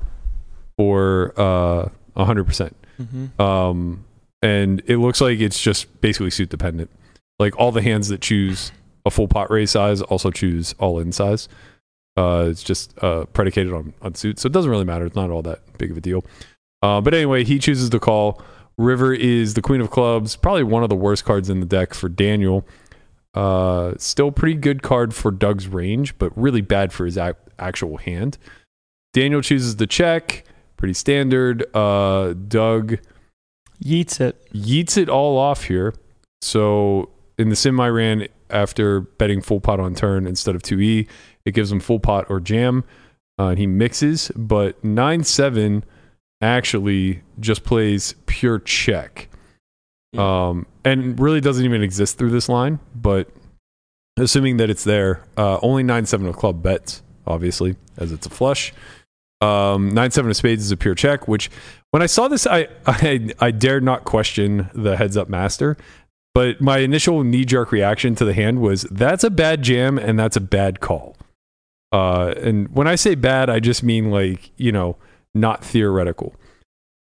[SPEAKER 2] for uh 100%.
[SPEAKER 4] Mm-hmm.
[SPEAKER 2] Um, and it looks like it's just basically suit dependent. Like all the hands that choose a full pot raise size also choose all in size. Uh, it's just uh, predicated on, on suit, so it doesn't really matter. It's not all that big of a deal. Uh, but anyway, he chooses the call. River is the queen of clubs, probably one of the worst cards in the deck for Daniel. Uh, still pretty good card for Doug's range, but really bad for his ac- actual hand. Daniel chooses the check, pretty standard. Uh, Doug
[SPEAKER 4] Yeets it.
[SPEAKER 2] yeets it all off here. So in the sim I ran after betting full pot on turn instead of 2e, it gives him full pot or jam. Uh, and he mixes, but 9 7 actually just plays pure check. Um, and really doesn't even exist through this line, but assuming that it's there, uh, only 9 7 of club bets, obviously, as it's a flush. Um, 9 7 of spades is a pure check, which when I saw this, I, I I dared not question the heads up master, but my initial knee jerk reaction to the hand was that's a bad jam and that's a bad call. Uh, and when I say bad, I just mean like you know not theoretical.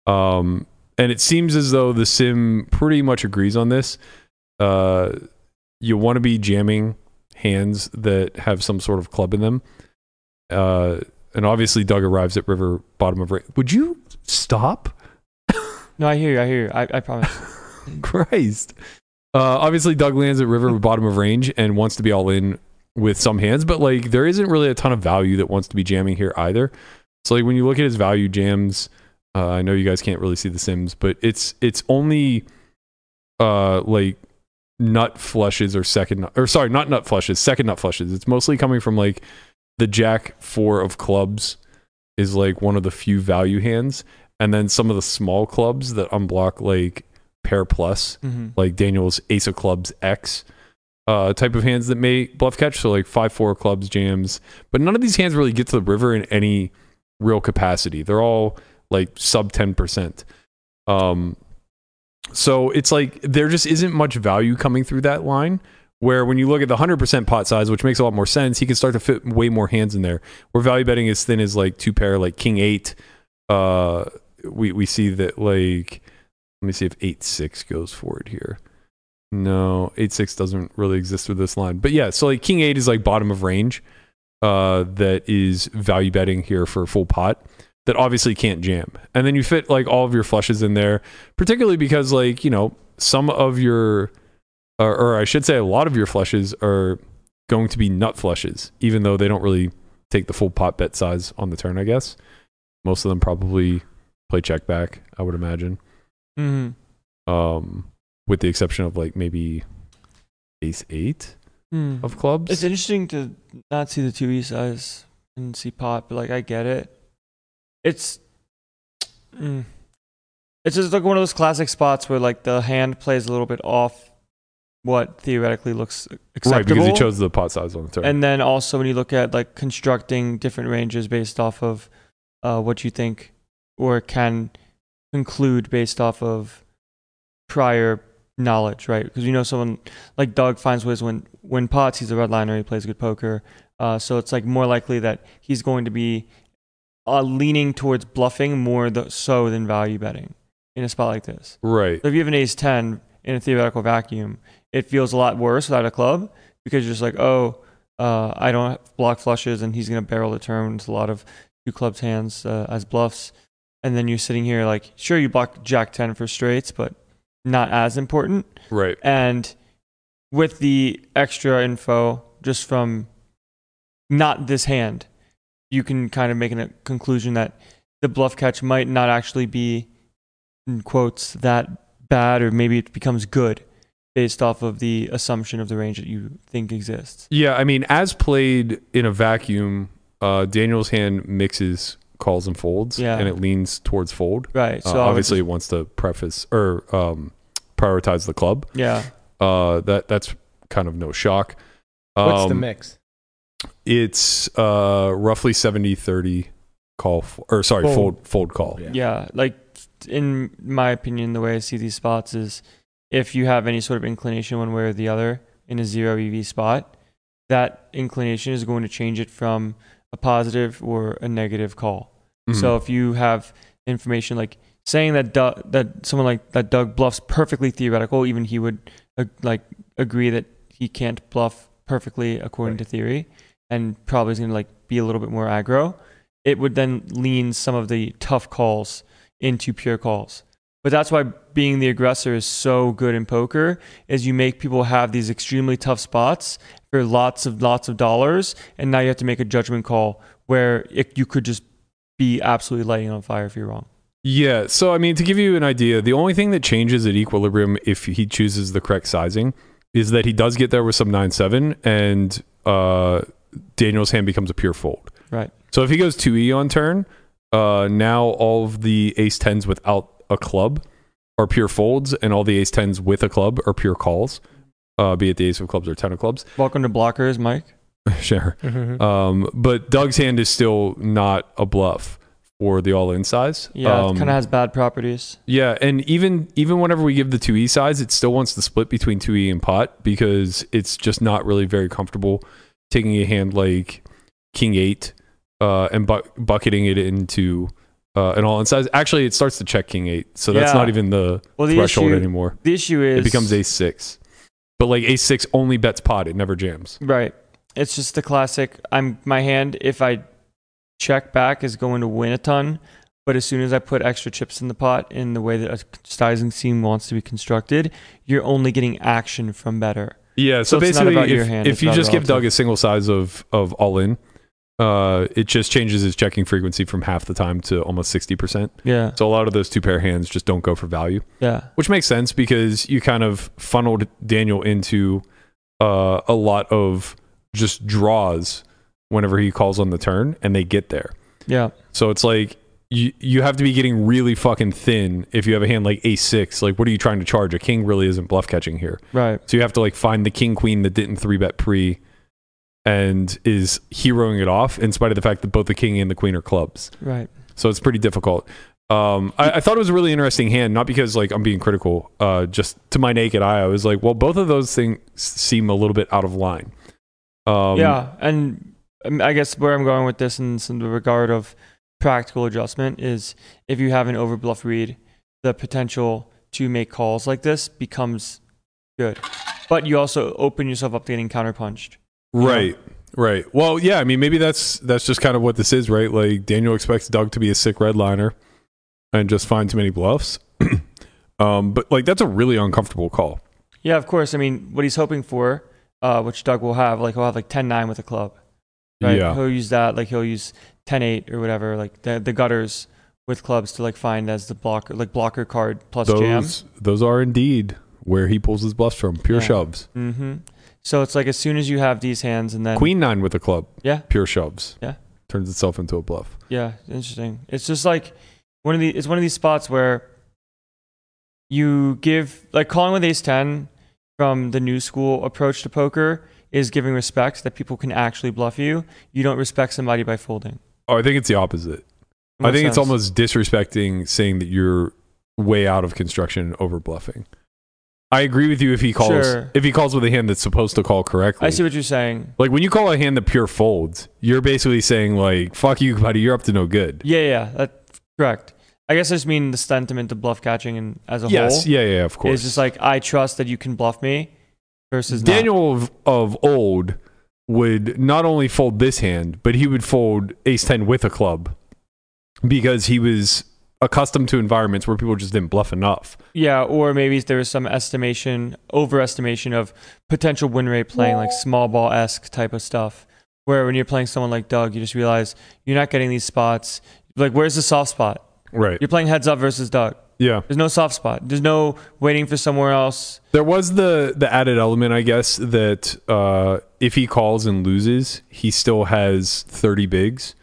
[SPEAKER 2] Um, and it seems as though the sim pretty much agrees on this. Uh, you want to be jamming hands that have some sort of club in them. Uh, and obviously, Doug arrives at river bottom of. Ra- Would you stop?
[SPEAKER 4] No, I hear you. I hear you. I, I promise.
[SPEAKER 2] Christ. Uh, obviously, Doug lands at river bottom of range and wants to be all in with some hands, but like there isn't really a ton of value that wants to be jamming here either. So like when you look at his value jams, uh, I know you guys can't really see the Sims, but it's it's only uh like nut flushes or second nut, or sorry, not nut flushes, second nut flushes. It's mostly coming from like the Jack four of clubs is like one of the few value hands, and then some of the small clubs that unblock like pair plus
[SPEAKER 4] mm-hmm.
[SPEAKER 2] like Daniel's Ace of Clubs X uh, type of hands that may bluff catch. So like five four clubs jams, but none of these hands really get to the river in any real capacity. They're all like sub ten percent. Um, so it's like there just isn't much value coming through that line. Where when you look at the hundred percent pot size, which makes a lot more sense, he can start to fit way more hands in there. Where value betting is thin as like two pair, like King eight. Uh, we we see that like let me see if eight six goes for it here. No, eight six doesn't really exist with this line. But yeah, so like king eight is like bottom of range. Uh, that is value betting here for a full pot that obviously can't jam. And then you fit like all of your flushes in there, particularly because like, you know, some of your or, or I should say a lot of your flushes are going to be nut flushes, even though they don't really take the full pot bet size on the turn, I guess. Most of them probably play check back, I would imagine
[SPEAKER 4] Mm-hmm.
[SPEAKER 2] um, with the exception of like maybe ace eight of clubs.
[SPEAKER 4] Mm-hmm. It's interesting to not see the two E size and see pot, but like I get it. It's mm. it's just like one of those classic spots where like the hand plays a little bit off what theoretically looks acceptable.
[SPEAKER 2] right, because he chose the pot size on the turn.
[SPEAKER 4] And then also when you look at like constructing different ranges based off of uh, what you think or can conclude based off of prior knowledge, right? Because you know someone like Doug finds ways when when pots he's a red liner, he plays good poker. Uh, so it's like more likely that he's going to be uh, leaning towards bluffing more th- so than value betting in a spot like this.
[SPEAKER 2] Right.
[SPEAKER 4] So if you have an ace ten in a theoretical vacuum, it feels a lot worse without a club because you're just like, oh, uh, I don't block flushes, and he's gonna barrel the turn with a lot of two clubs hands uh, as bluffs, and then you're sitting here like, sure, you block Jack ten for straights, but not as important.
[SPEAKER 2] Right.
[SPEAKER 4] And with the extra info just from not this hand, you can kind of make a conclusion that the bluff catch might not actually be in quotes that bad or maybe it becomes good based off of the assumption of the range that you think exists.
[SPEAKER 2] Yeah, I mean, as played in a vacuum, uh, Daniel's hand mixes calls and folds,
[SPEAKER 4] Yeah.
[SPEAKER 2] and it leans towards fold.
[SPEAKER 4] Right.
[SPEAKER 2] Uh,
[SPEAKER 4] So I would
[SPEAKER 2] obviously,
[SPEAKER 4] just-
[SPEAKER 2] it wants to preface or um, prioritize the club.
[SPEAKER 4] Yeah.
[SPEAKER 2] Uh, that that's kind of no shock.
[SPEAKER 3] What's the
[SPEAKER 2] Um,
[SPEAKER 3] mix?
[SPEAKER 2] It's uh, roughly 70-30 call f- or sorry
[SPEAKER 3] Fold.
[SPEAKER 2] fold fold call.
[SPEAKER 3] Yeah.
[SPEAKER 4] Yeah, like in my opinion, the way I see these spots is if you have any sort of inclination one way or the other in a zero EV spot, that inclination is going to change it from a positive or a negative call.
[SPEAKER 2] Mhm.
[SPEAKER 4] So if you have information like saying that Doug, that someone like that Doug bluffs perfectly theoretical, even he would uh, like agree that he can't bluff perfectly according to theory, and probably is going to like be a little bit more aggro. It would then lean some of the tough calls into pure calls. But that's why being the aggressor is so good in poker is you make people have these extremely tough spots for lots of lots of dollars and now you have to make a judgment call where it, you could just be absolutely lighting on fire if you're wrong.
[SPEAKER 2] Yeah. So, I mean, to give you an idea, the only thing that changes at equilibrium if he chooses the correct sizing is that he does get there with some 9 7 and uh, Daniel's hand becomes a pure fold.
[SPEAKER 4] Right.
[SPEAKER 2] So, if he goes 2E on turn, uh, now all of the ace 10s without a club are pure folds, and all the ace 10s with a club are pure calls, uh, be it the ace of clubs or 10 of clubs.
[SPEAKER 4] Welcome to blockers, Mike.
[SPEAKER 2] sure.
[SPEAKER 4] Mm-hmm.
[SPEAKER 2] Um, but Doug's hand is still not a bluff for the all in size.
[SPEAKER 4] Yeah,
[SPEAKER 2] Um,
[SPEAKER 4] it kind of has bad properties.
[SPEAKER 2] yeah, and even even whenever we give the two E size, it still wants to split between two E and pot because it's just not really very comfortable taking a hand like King Eight uh, and bu- bucketing it into uh, an all in size. Actually, it starts to check King Eight, so that's
[SPEAKER 4] Yeah.
[SPEAKER 2] not even the,
[SPEAKER 4] Well, the
[SPEAKER 2] threshold
[SPEAKER 4] issue-
[SPEAKER 2] anymore.
[SPEAKER 4] The issue is
[SPEAKER 2] It becomes Ace Six, but like Ace Six only bets pot; it never jams.
[SPEAKER 4] Right. It's just the classic. I'm my hand. If I check back, is going to win a ton. But as soon as I put extra chips in the pot, in the way that a sizing scene wants to be constructed, you're only getting action from better.
[SPEAKER 2] Yeah, so,
[SPEAKER 4] So it's not
[SPEAKER 2] basically,
[SPEAKER 4] about
[SPEAKER 2] if,
[SPEAKER 4] your hand,
[SPEAKER 2] if
[SPEAKER 4] it's
[SPEAKER 2] you
[SPEAKER 4] about
[SPEAKER 2] just give
[SPEAKER 4] relative.
[SPEAKER 2] Doug a single size of of all in, uh, it just changes his checking frequency from half the time to almost sixty percent.
[SPEAKER 4] Yeah.
[SPEAKER 2] So a lot of those two pair hands just don't go for value,
[SPEAKER 4] Yeah.
[SPEAKER 2] which makes sense because you kind of funneled Daniel into uh, a lot of just draws whenever he calls on the turn, and they get there.
[SPEAKER 4] Yeah.
[SPEAKER 2] So it's like you you have to be getting really fucking thin if you have a hand like ace six. Like, what are you trying to charge? A king really isn't bluff catching here.
[SPEAKER 4] Right.
[SPEAKER 2] So you have to like find the king queen that didn't three bet pre and is heroing it off in spite of the fact that both the king and the queen are clubs.
[SPEAKER 4] Right.
[SPEAKER 2] So it's pretty difficult. Um, I, I thought it was a really interesting hand, not because like I'm being critical. Uh, just to my naked eye, I was like, well, both of those things seem a little bit out of line. Um,
[SPEAKER 4] yeah, and um, I guess where I'm going with this, in some the regard of practical adjustment, is if you have an over bluff read, the potential to make calls like this becomes good, but you also open yourself up to getting counterpunched.
[SPEAKER 2] Right. Right. Well, yeah. I mean, maybe that's that's just kind of what this is, right? Like Daniel expects Doug to be a sick redliner and just find too many bluffs. um, but like that's a really uncomfortable call.
[SPEAKER 4] Yeah, of course. I mean, what he's hoping for, uh, which Doug will have, like he'll have like 10-9 with a club. Right?
[SPEAKER 2] Yeah.
[SPEAKER 4] He'll use that. Like he'll use 10-8 or whatever, like the, the gutters with clubs to like find as the blocker, like blocker card plus jam.
[SPEAKER 2] those those are indeed where he pulls his bluffs from. Pure
[SPEAKER 4] Yeah.
[SPEAKER 2] shoves.
[SPEAKER 4] Mm-hmm. So it's like as soon as you have these hands and then
[SPEAKER 2] Queen nine with a club.
[SPEAKER 4] Yeah.
[SPEAKER 2] Pure shoves.
[SPEAKER 4] Yeah.
[SPEAKER 2] Turns itself into a bluff.
[SPEAKER 4] Yeah, interesting. It's just like one of the it's one of these spots where you give like calling with ace ten from the new school approach to poker is giving respect that people can actually bluff you. You don't respect somebody by folding.
[SPEAKER 2] Oh, I think it's the opposite. I think it's
[SPEAKER 4] sense.
[SPEAKER 2] almost disrespecting saying that you're way out of construction over bluffing. I agree with you if he calls
[SPEAKER 4] Sure.
[SPEAKER 2] if he calls with a hand that's supposed to call correctly.
[SPEAKER 4] I see what you're saying.
[SPEAKER 2] Like when you call a hand that pure folds, you're basically saying like "fuck you, buddy, you're up to no good."
[SPEAKER 4] Yeah, yeah, that's correct. I guess I just mean the sentiment of bluff catching and as a
[SPEAKER 2] Yes,
[SPEAKER 4] whole.
[SPEAKER 2] yeah, yeah, of course.
[SPEAKER 4] It's just like I trust that you can bluff me versus not.
[SPEAKER 2] Daniel of, of old would not only fold this hand, but he would fold ace 10 with a club because he was accustomed to environments where people just didn't bluff enough.
[SPEAKER 4] Yeah, or maybe there was some estimation, overestimation of potential win rate playing like small ball esque type of stuff. Where when you're playing someone like Doug, you just realize you're not getting these spots. Like, where's the soft spot?
[SPEAKER 2] Right.
[SPEAKER 4] You're playing heads up versus Doug.
[SPEAKER 2] Yeah.
[SPEAKER 4] There's no soft spot. There's no waiting for somewhere else.
[SPEAKER 2] There was the the added element, I guess, that uh, if he calls and loses, he still has 30 bigs.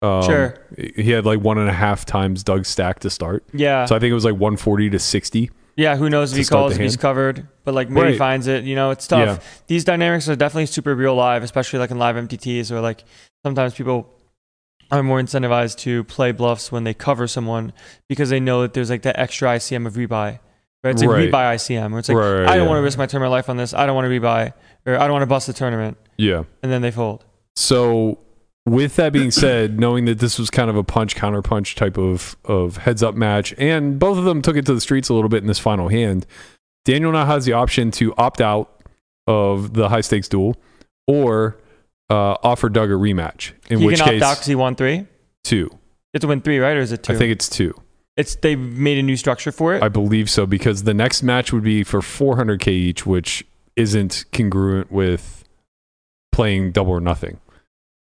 [SPEAKER 2] Um,
[SPEAKER 4] Sure.
[SPEAKER 2] He had like one and a half times Doug's stack to start.
[SPEAKER 4] Yeah.
[SPEAKER 2] So I think it was like 140 to 60.
[SPEAKER 4] Yeah, who knows if
[SPEAKER 2] To
[SPEAKER 4] he
[SPEAKER 2] start
[SPEAKER 4] calls,
[SPEAKER 2] the
[SPEAKER 4] if he's
[SPEAKER 2] hand.
[SPEAKER 4] covered, but like maybe
[SPEAKER 2] Right.
[SPEAKER 4] finds it. You know, it's tough.
[SPEAKER 2] Yeah.
[SPEAKER 4] These dynamics are definitely super real live, especially like in live MTTs or like sometimes people are more incentivized to play bluffs when they cover someone because they know that there's like that extra ICM of rebuy. Right? It's like
[SPEAKER 2] Right.
[SPEAKER 4] rebuy ICM where it's like,
[SPEAKER 2] Right, right,
[SPEAKER 4] I don't
[SPEAKER 2] yeah.
[SPEAKER 4] want to risk my turn of my life on this. I don't want to rebuy or I don't want to bust the tournament.
[SPEAKER 2] Yeah.
[SPEAKER 4] And then they fold.
[SPEAKER 2] So, with that being said, knowing that this was kind of a punch counter punch type of of heads up match, and both of them took it to the streets a little bit in this final hand, Daniel now has the option to opt out of the high stakes duel, or uh, offer Doug a rematch. In
[SPEAKER 4] he
[SPEAKER 2] which
[SPEAKER 4] can
[SPEAKER 2] case,
[SPEAKER 4] opt out because he won three. You
[SPEAKER 2] two.
[SPEAKER 4] have to win three, right? Or is it two?
[SPEAKER 2] I think it's two.
[SPEAKER 4] it's they made a new structure for it.
[SPEAKER 2] I believe so because the next match would be for 400k each, which isn't congruent with playing double or nothing.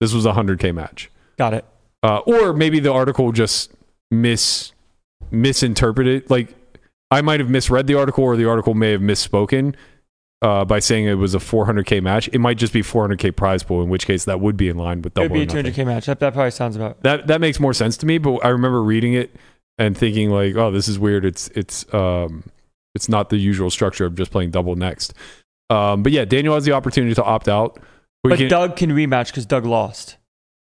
[SPEAKER 2] This was a 100k match.
[SPEAKER 4] Got it.
[SPEAKER 2] uh, or maybe the article just mis misinterpreted. Like I might have misread the article, or the article may have misspoken uh, by saying it was a 400k match. It might just be 400k prize pool, in which case that would be in line with
[SPEAKER 4] It would
[SPEAKER 2] double.
[SPEAKER 4] be
[SPEAKER 2] Or
[SPEAKER 4] a
[SPEAKER 2] nothing.
[SPEAKER 4] 200K match. That, that probably sounds about
[SPEAKER 2] That that makes more sense to me. But I remember reading it and thinking like, oh, this is weird. It's it's um it's not the usual structure of just playing double next. Um, but yeah, Daniel has the opportunity to opt out. We
[SPEAKER 4] But
[SPEAKER 2] can-
[SPEAKER 4] Doug can rematch because Doug lost.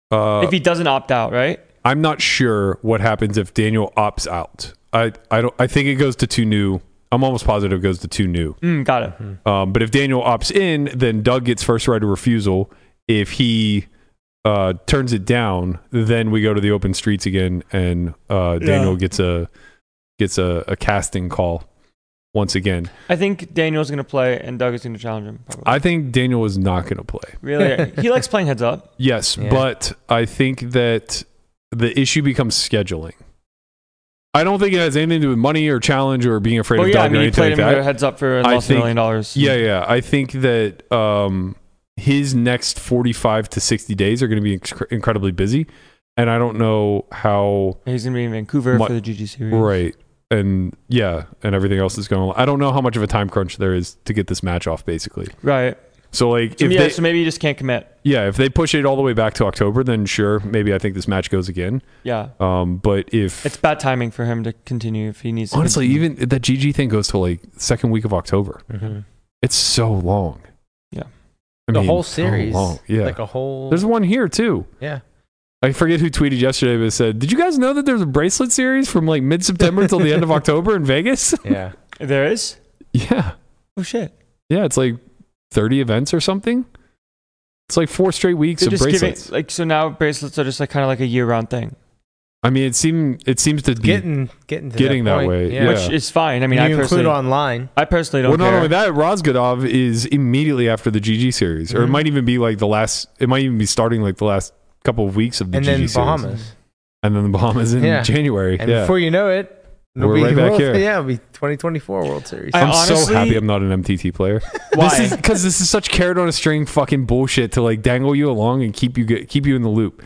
[SPEAKER 2] uh,
[SPEAKER 4] if he doesn't opt out, right?
[SPEAKER 2] I'm not sure what happens if Daniel opts out. I, I don't I think it goes to two new. I'm almost positive it goes to two new.
[SPEAKER 4] Mm, got it.
[SPEAKER 2] Um, but if Daniel opts in, then Doug gets first right of refusal. If he uh, turns it down, then we go to the open streets again, and uh, Daniel gets a gets a, a casting call once again.
[SPEAKER 4] I think Daniel's going to play and Doug is going to challenge him. Probably.
[SPEAKER 2] I think Daniel is not going to play.
[SPEAKER 4] really? he likes playing heads up.
[SPEAKER 2] Yes,
[SPEAKER 3] Yeah.
[SPEAKER 2] but I think that the issue becomes scheduling. I don't think it has anything to do with money or challenge or being afraid
[SPEAKER 4] Well,
[SPEAKER 2] of Doug
[SPEAKER 4] yeah, I
[SPEAKER 2] or
[SPEAKER 4] mean, he
[SPEAKER 2] anything
[SPEAKER 4] played
[SPEAKER 2] like
[SPEAKER 4] him to a
[SPEAKER 2] that.
[SPEAKER 4] heads up for and
[SPEAKER 2] I
[SPEAKER 4] lost a
[SPEAKER 2] think-
[SPEAKER 4] million dollars.
[SPEAKER 2] yeah, yeah. I think that um, his next 45 to 60 days are going to be inc- incredibly busy. And I don't know how,
[SPEAKER 4] He's going to be in Vancouver
[SPEAKER 2] Mu-
[SPEAKER 4] for the GG series.
[SPEAKER 2] right. And yeah, and everything else is going on. I don't know how much of a time crunch there is to get this match off, basically.
[SPEAKER 4] Right.
[SPEAKER 2] So, like,
[SPEAKER 4] So,
[SPEAKER 2] if
[SPEAKER 4] yeah,
[SPEAKER 2] they,
[SPEAKER 4] so maybe he just can't commit.
[SPEAKER 2] yeah, if they push it all the way back to October, then sure, maybe I think this match goes again.
[SPEAKER 4] Yeah.
[SPEAKER 2] Um, but if
[SPEAKER 4] It's bad timing for him to continue if he needs to.
[SPEAKER 2] honestly,
[SPEAKER 4] continue.
[SPEAKER 2] even that GG thing goes to like second week of October. It's so long.
[SPEAKER 4] Yeah.
[SPEAKER 2] I
[SPEAKER 3] The
[SPEAKER 2] mean,
[SPEAKER 3] whole
[SPEAKER 2] so
[SPEAKER 3] series,
[SPEAKER 2] long. Yeah.
[SPEAKER 3] like a whole.
[SPEAKER 2] there's one here too.
[SPEAKER 3] yeah.
[SPEAKER 2] I forget who tweeted yesterday, but it said, "Did you guys know that there's a bracelet series from like mid September till the end of October in Vegas?"
[SPEAKER 3] Yeah.
[SPEAKER 4] There is?
[SPEAKER 2] yeah,
[SPEAKER 4] Oh, shit.
[SPEAKER 2] yeah. It's like 30 events or something. It's like four straight weeks
[SPEAKER 4] They're
[SPEAKER 2] of
[SPEAKER 4] just giving,
[SPEAKER 2] bracelets.
[SPEAKER 4] like, so now bracelets are just like kind of like a year round thing,
[SPEAKER 2] I mean, it seem it seems to be
[SPEAKER 3] Getting getting to
[SPEAKER 2] Getting that
[SPEAKER 3] point,
[SPEAKER 2] way,
[SPEAKER 3] Yeah.
[SPEAKER 2] yeah.
[SPEAKER 4] which is fine. I mean,
[SPEAKER 3] you
[SPEAKER 4] I
[SPEAKER 3] include
[SPEAKER 4] personally,
[SPEAKER 3] online.
[SPEAKER 4] I personally don't
[SPEAKER 2] well, not
[SPEAKER 4] care.
[SPEAKER 2] only that, Rozgadov is immediately after the GG series, or it
[SPEAKER 4] Mm-hmm.
[SPEAKER 3] Mhm.
[SPEAKER 2] might even be like the last. It might even be starting like the last couple of weeks of the
[SPEAKER 3] and
[SPEAKER 2] GG
[SPEAKER 3] then
[SPEAKER 2] series.
[SPEAKER 3] Bahamas.
[SPEAKER 2] and then the Bahamas in
[SPEAKER 3] Yeah.
[SPEAKER 2] January.
[SPEAKER 3] And
[SPEAKER 2] yeah,
[SPEAKER 3] before you know it, it'll
[SPEAKER 2] We're
[SPEAKER 3] be
[SPEAKER 2] right back
[SPEAKER 3] World-
[SPEAKER 2] here.
[SPEAKER 3] Yeah, it'll be 2024 World Series.
[SPEAKER 4] I
[SPEAKER 2] I'm so
[SPEAKER 4] honestly-
[SPEAKER 2] happy I'm not an MTT player.
[SPEAKER 4] Why?
[SPEAKER 2] This is because this is such carrot on a string fucking bullshit to like dangle you along and keep you get, keep you in the loop.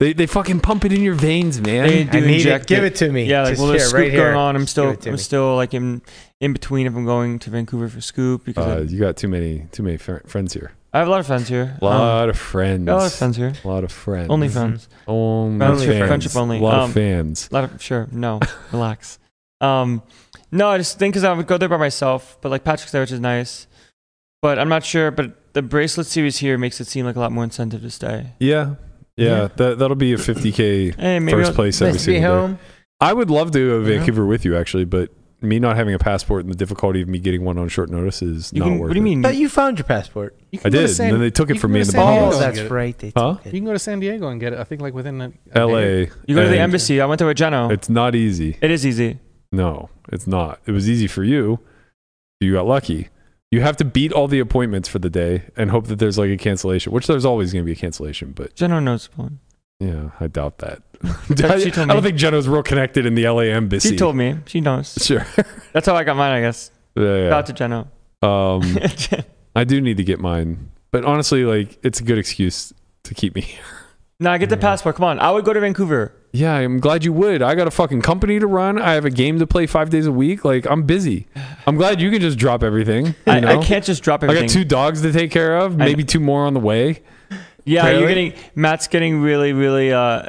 [SPEAKER 2] They they fucking pump it in your veins, man.
[SPEAKER 4] They
[SPEAKER 3] I
[SPEAKER 4] do
[SPEAKER 3] need it.
[SPEAKER 4] inject
[SPEAKER 3] Give it to me.
[SPEAKER 4] Yeah, like
[SPEAKER 3] Just
[SPEAKER 4] well, there's
[SPEAKER 3] here,
[SPEAKER 4] scoop
[SPEAKER 3] right
[SPEAKER 4] going
[SPEAKER 3] here.
[SPEAKER 4] on. I'm
[SPEAKER 3] Just
[SPEAKER 4] still,
[SPEAKER 3] give it to
[SPEAKER 4] I'm
[SPEAKER 3] me.
[SPEAKER 4] still like in in between if I'm going to Vancouver for scoop because
[SPEAKER 2] uh,
[SPEAKER 4] I,
[SPEAKER 2] you got too many too many fr- friends here.
[SPEAKER 4] I have a lot of friends here.
[SPEAKER 2] A lot of friends.
[SPEAKER 4] Um, a lot of friends here.
[SPEAKER 2] A lot of friends.
[SPEAKER 4] Only friends.
[SPEAKER 2] Only
[SPEAKER 4] Friendship-
[SPEAKER 2] fans.
[SPEAKER 4] friendship only.
[SPEAKER 2] A lot
[SPEAKER 4] Um,
[SPEAKER 2] of fans.
[SPEAKER 4] A lot of sure. No, relax. Um, no, I just think because I would go there by myself, but like Patrick's there, which is nice. But I'm not sure. But the bracelet series here makes it seem like a lot more incentive to stay.
[SPEAKER 2] Yeah, Yeah, That, that'll be a 50K
[SPEAKER 4] Hey, maybe
[SPEAKER 2] 1st
[SPEAKER 4] I'll-
[SPEAKER 2] place every
[SPEAKER 3] Let's be
[SPEAKER 2] single day.
[SPEAKER 3] home.
[SPEAKER 2] I would love to go to Vancouver with you, actually, but me not having a passport and the difficulty of me getting one on short notice is
[SPEAKER 4] You
[SPEAKER 2] not
[SPEAKER 4] can,
[SPEAKER 2] worth
[SPEAKER 4] what do you
[SPEAKER 2] it.
[SPEAKER 4] mean?
[SPEAKER 3] But you found your passport.
[SPEAKER 5] You
[SPEAKER 2] I
[SPEAKER 5] go to
[SPEAKER 2] did, and then they took it
[SPEAKER 5] you
[SPEAKER 2] from
[SPEAKER 5] can
[SPEAKER 2] me
[SPEAKER 5] go
[SPEAKER 2] in
[SPEAKER 5] to
[SPEAKER 2] the
[SPEAKER 5] San Diego
[SPEAKER 2] Bahamas.
[SPEAKER 3] Oh,
[SPEAKER 5] and
[SPEAKER 3] that's
[SPEAKER 5] get it.
[SPEAKER 3] right. They
[SPEAKER 2] Huh?
[SPEAKER 3] took it.
[SPEAKER 5] You can go to San Diego and get it. I think like within a, a day.
[SPEAKER 2] LA.
[SPEAKER 4] You go to the
[SPEAKER 2] and
[SPEAKER 4] embassy. I went to a Jeno.
[SPEAKER 2] It's not easy.
[SPEAKER 4] it is easy.
[SPEAKER 2] No, it's not. It was easy for you. You got lucky. You have to beat all the appointments for the day and hope that there's like a cancellation, which there's always going to be a cancellation, but
[SPEAKER 4] Jeno knows. Paul.
[SPEAKER 2] yeah, I doubt that.
[SPEAKER 4] what she told
[SPEAKER 2] I don't
[SPEAKER 4] me.
[SPEAKER 2] think Jenna's real connected in the LA embassy.
[SPEAKER 4] She told me. She knows.
[SPEAKER 2] Sure.
[SPEAKER 4] That's how I got mine, I guess.
[SPEAKER 2] yeah,
[SPEAKER 4] Shout out
[SPEAKER 2] yeah. Um,
[SPEAKER 4] to Jeno.
[SPEAKER 2] I do need to get mine, but honestly, like it's a good excuse to keep me here.
[SPEAKER 4] no, I get the passport. Come on. I would go to Vancouver.
[SPEAKER 2] Yeah, I'm glad you would. I got a fucking company to run. I have a game to play five days a week. Like I'm busy. I'm glad you can just drop everything. You
[SPEAKER 4] I,
[SPEAKER 2] know?
[SPEAKER 4] I can't just drop
[SPEAKER 2] I
[SPEAKER 4] everything.
[SPEAKER 2] got two dogs to take care of. Maybe two more on the way.
[SPEAKER 4] yeah, you're
[SPEAKER 2] Really?
[SPEAKER 4] getting Matt's getting really, really uh,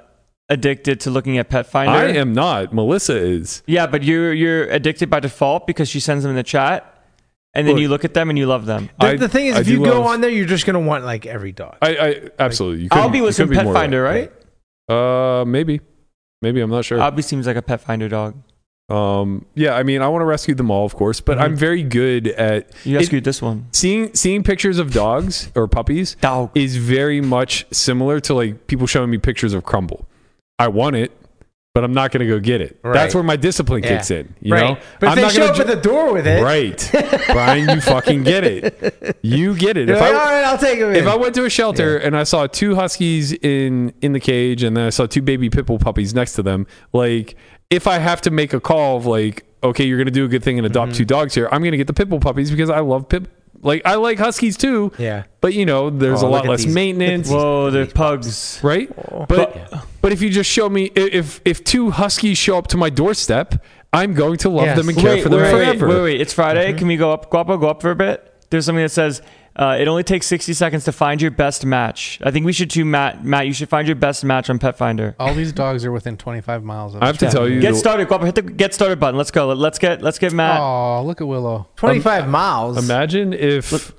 [SPEAKER 4] addicted to looking at Pet Finder.
[SPEAKER 2] I am not. Melissa is.
[SPEAKER 4] Yeah, but you're you're addicted by default because she sends them in the chat, and then
[SPEAKER 2] Look.
[SPEAKER 4] you look at them and you love them.
[SPEAKER 3] The,
[SPEAKER 2] I-
[SPEAKER 3] the thing is,
[SPEAKER 2] I
[SPEAKER 3] if
[SPEAKER 2] do
[SPEAKER 3] you go
[SPEAKER 2] love-
[SPEAKER 3] on there, you're just gonna want like every dog.
[SPEAKER 2] I, I absolutely. You
[SPEAKER 4] I'll
[SPEAKER 2] couldn't-
[SPEAKER 4] be
[SPEAKER 2] you
[SPEAKER 4] with some
[SPEAKER 2] couldn't be
[SPEAKER 4] Pet
[SPEAKER 2] more
[SPEAKER 4] Finder, right?
[SPEAKER 2] Uh, maybe, maybe I'm not sure.
[SPEAKER 4] Albie seems like a Pet Finder dog.
[SPEAKER 2] um, yeah, I mean, I want to rescue them all, of course,
[SPEAKER 4] Mm-hmm.
[SPEAKER 2] but I'm very good at
[SPEAKER 4] You
[SPEAKER 2] It-
[SPEAKER 4] rescued this one.
[SPEAKER 2] seeing seeing pictures of dogs or puppies
[SPEAKER 4] Dog.
[SPEAKER 2] is very much similar to like people showing me pictures of crumble. I want it, but I'm not going to go get it. That's
[SPEAKER 3] Right.
[SPEAKER 2] where my discipline kicks
[SPEAKER 3] Yeah.
[SPEAKER 2] in. You
[SPEAKER 3] right.
[SPEAKER 2] know,
[SPEAKER 3] But if
[SPEAKER 2] I'm
[SPEAKER 3] they
[SPEAKER 2] not
[SPEAKER 3] show
[SPEAKER 2] gonna
[SPEAKER 3] up at
[SPEAKER 2] ju-
[SPEAKER 3] the door with it,
[SPEAKER 2] right, Brian, you fucking get it. You get it.
[SPEAKER 3] You're
[SPEAKER 2] If
[SPEAKER 3] like,
[SPEAKER 2] I-
[SPEAKER 3] all right, I'll take him.
[SPEAKER 2] if
[SPEAKER 3] in."
[SPEAKER 2] I went to a shelter and I saw two huskies in in the cage and then I saw two baby pit bull puppies next to them, like if I have to make a call of like, okay, you're gonna do a good thing and adopt
[SPEAKER 3] Mm-hmm.
[SPEAKER 2] two dogs here, I'm gonna get the pit bull puppies because I love pit. Like I like huskies too,
[SPEAKER 3] yeah,
[SPEAKER 2] but you know there's a
[SPEAKER 3] Oh, look
[SPEAKER 2] lot
[SPEAKER 3] at
[SPEAKER 2] less
[SPEAKER 3] these-
[SPEAKER 2] maintenance,
[SPEAKER 4] Whoa, Oh, they're pugs.
[SPEAKER 2] right? But but if you just show me i- if if two huskies show up to my doorstep, I'm going to love
[SPEAKER 3] Yes.
[SPEAKER 2] them and care for them
[SPEAKER 4] wait,
[SPEAKER 2] forever. Mm-hmm.
[SPEAKER 4] Wait, wait, wait. It's Friday. Can we go up, go up, go up for a bit? There's something that says uh, it only takes 60 seconds to find your best match. I think we should do Matt. Matt, you should find your best match on Pet Finder.
[SPEAKER 5] All these dogs are within 25 miles of
[SPEAKER 2] I have to tell you,
[SPEAKER 4] Get
[SPEAKER 2] the-
[SPEAKER 4] started, Guapa. Hit the get started button. Let's go. Let's get let's get Matt.
[SPEAKER 5] Oh, look at Willow.
[SPEAKER 3] 25 miles.
[SPEAKER 2] imagine if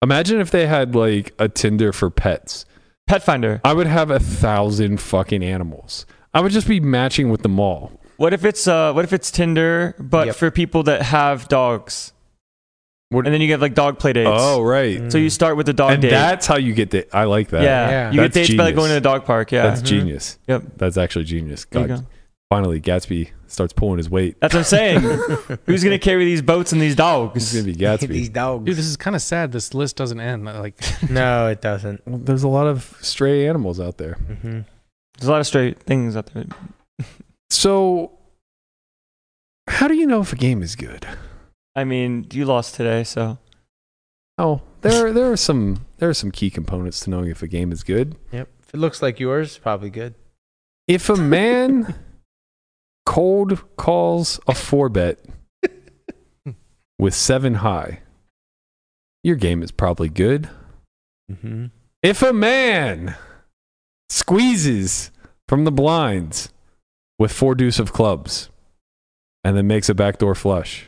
[SPEAKER 2] imagine if they had like a Tinder for pets.
[SPEAKER 4] Pet Finder.
[SPEAKER 2] I would have a thousand fucking animals. I would just be matching with them all.
[SPEAKER 4] What if it's uh what if it's Tinder but
[SPEAKER 3] Yep.
[SPEAKER 4] for people that have dogs?
[SPEAKER 2] What-
[SPEAKER 4] and then you get like dog play dates.
[SPEAKER 2] Oh, right.
[SPEAKER 4] So you start with the Mm. dog
[SPEAKER 2] and
[SPEAKER 4] date.
[SPEAKER 2] that's how you get the. I like that.
[SPEAKER 4] yeah.
[SPEAKER 5] Yeah.
[SPEAKER 4] You
[SPEAKER 2] That's
[SPEAKER 4] get dates by like
[SPEAKER 2] genius.
[SPEAKER 4] going to the dog park. Yeah.
[SPEAKER 2] That's genius.
[SPEAKER 4] Yep.
[SPEAKER 2] That's actually genius.
[SPEAKER 4] There you
[SPEAKER 2] God,
[SPEAKER 4] go.
[SPEAKER 2] finally, Gatsby starts pulling his weight.
[SPEAKER 4] That's what I'm saying. Who's gonna carry these boats and these
[SPEAKER 2] It's going
[SPEAKER 4] dogs?
[SPEAKER 2] to be
[SPEAKER 3] these
[SPEAKER 2] Gatsby.
[SPEAKER 3] dogs.
[SPEAKER 5] Dude, this is kind of sad. This list doesn't end. uh, Like,
[SPEAKER 3] no, it doesn't.
[SPEAKER 2] Well, There's a lot of stray animals out there.
[SPEAKER 3] Mm-hmm.
[SPEAKER 4] There's a lot of straight things out there.
[SPEAKER 2] So, how do you know if a game is good?
[SPEAKER 4] I mean, you lost today, so
[SPEAKER 2] Oh, there, there are some, there are some key components to knowing if a game is good.
[SPEAKER 3] Yep. If it looks like yours, probably good.
[SPEAKER 2] If a man cold calls a four bet with seven high, your game is probably good.
[SPEAKER 3] Mm-hmm.
[SPEAKER 2] If a man squeezes from the blinds with four deuce of clubs and then makes a backdoor flush,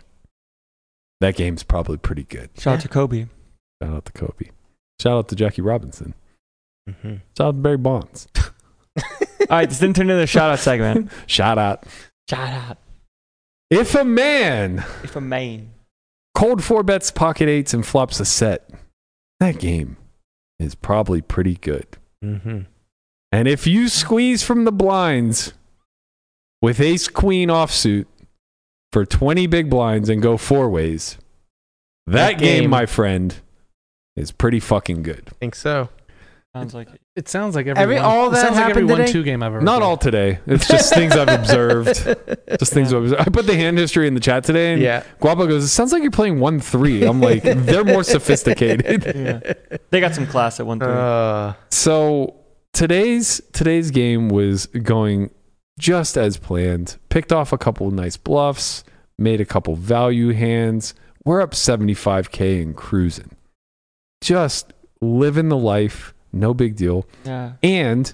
[SPEAKER 2] that game's probably pretty good.
[SPEAKER 4] shout out to Kobe.
[SPEAKER 2] Shout out to Kobe. Shout out to Jackie Robinson.
[SPEAKER 3] Mm-hmm.
[SPEAKER 2] Shout out to Barry Bonds.
[SPEAKER 4] All right, this didn't turn into the shout out segment.
[SPEAKER 2] Shout out.
[SPEAKER 4] shout out.
[SPEAKER 2] If a man
[SPEAKER 4] If a main.
[SPEAKER 2] Cold four bets, pocket eights, and flops a set. That game is probably pretty good.
[SPEAKER 3] Mm-hmm.
[SPEAKER 2] And if you squeeze from the blinds with ace queen offsuit for 20 big blinds and go four ways, that,
[SPEAKER 4] That
[SPEAKER 2] game,
[SPEAKER 4] game-
[SPEAKER 2] my friend, is pretty fucking good.
[SPEAKER 3] Think so.
[SPEAKER 4] Sounds like it.
[SPEAKER 5] it sounds like every,
[SPEAKER 3] Every-
[SPEAKER 5] one,
[SPEAKER 3] all
[SPEAKER 5] it
[SPEAKER 3] that
[SPEAKER 5] sounds like every
[SPEAKER 3] happened
[SPEAKER 5] one
[SPEAKER 3] today?
[SPEAKER 5] two game I've ever.
[SPEAKER 2] Not
[SPEAKER 5] played.
[SPEAKER 2] all today. It's just things I've observed. Just things I've observed. I put the hand history in the chat today, and
[SPEAKER 3] Yeah.
[SPEAKER 2] Guapo goes, It sounds like you're playing 1 3. I'm like, They're more sophisticated.
[SPEAKER 4] Yeah. They got some class at one three.
[SPEAKER 3] Uh,
[SPEAKER 2] So today's today's game was going just as planned. Picked off a couple nice bluffs, made a couple value hands. We're up 75k and cruising. Just living the life, no big deal.
[SPEAKER 4] yeah.
[SPEAKER 2] And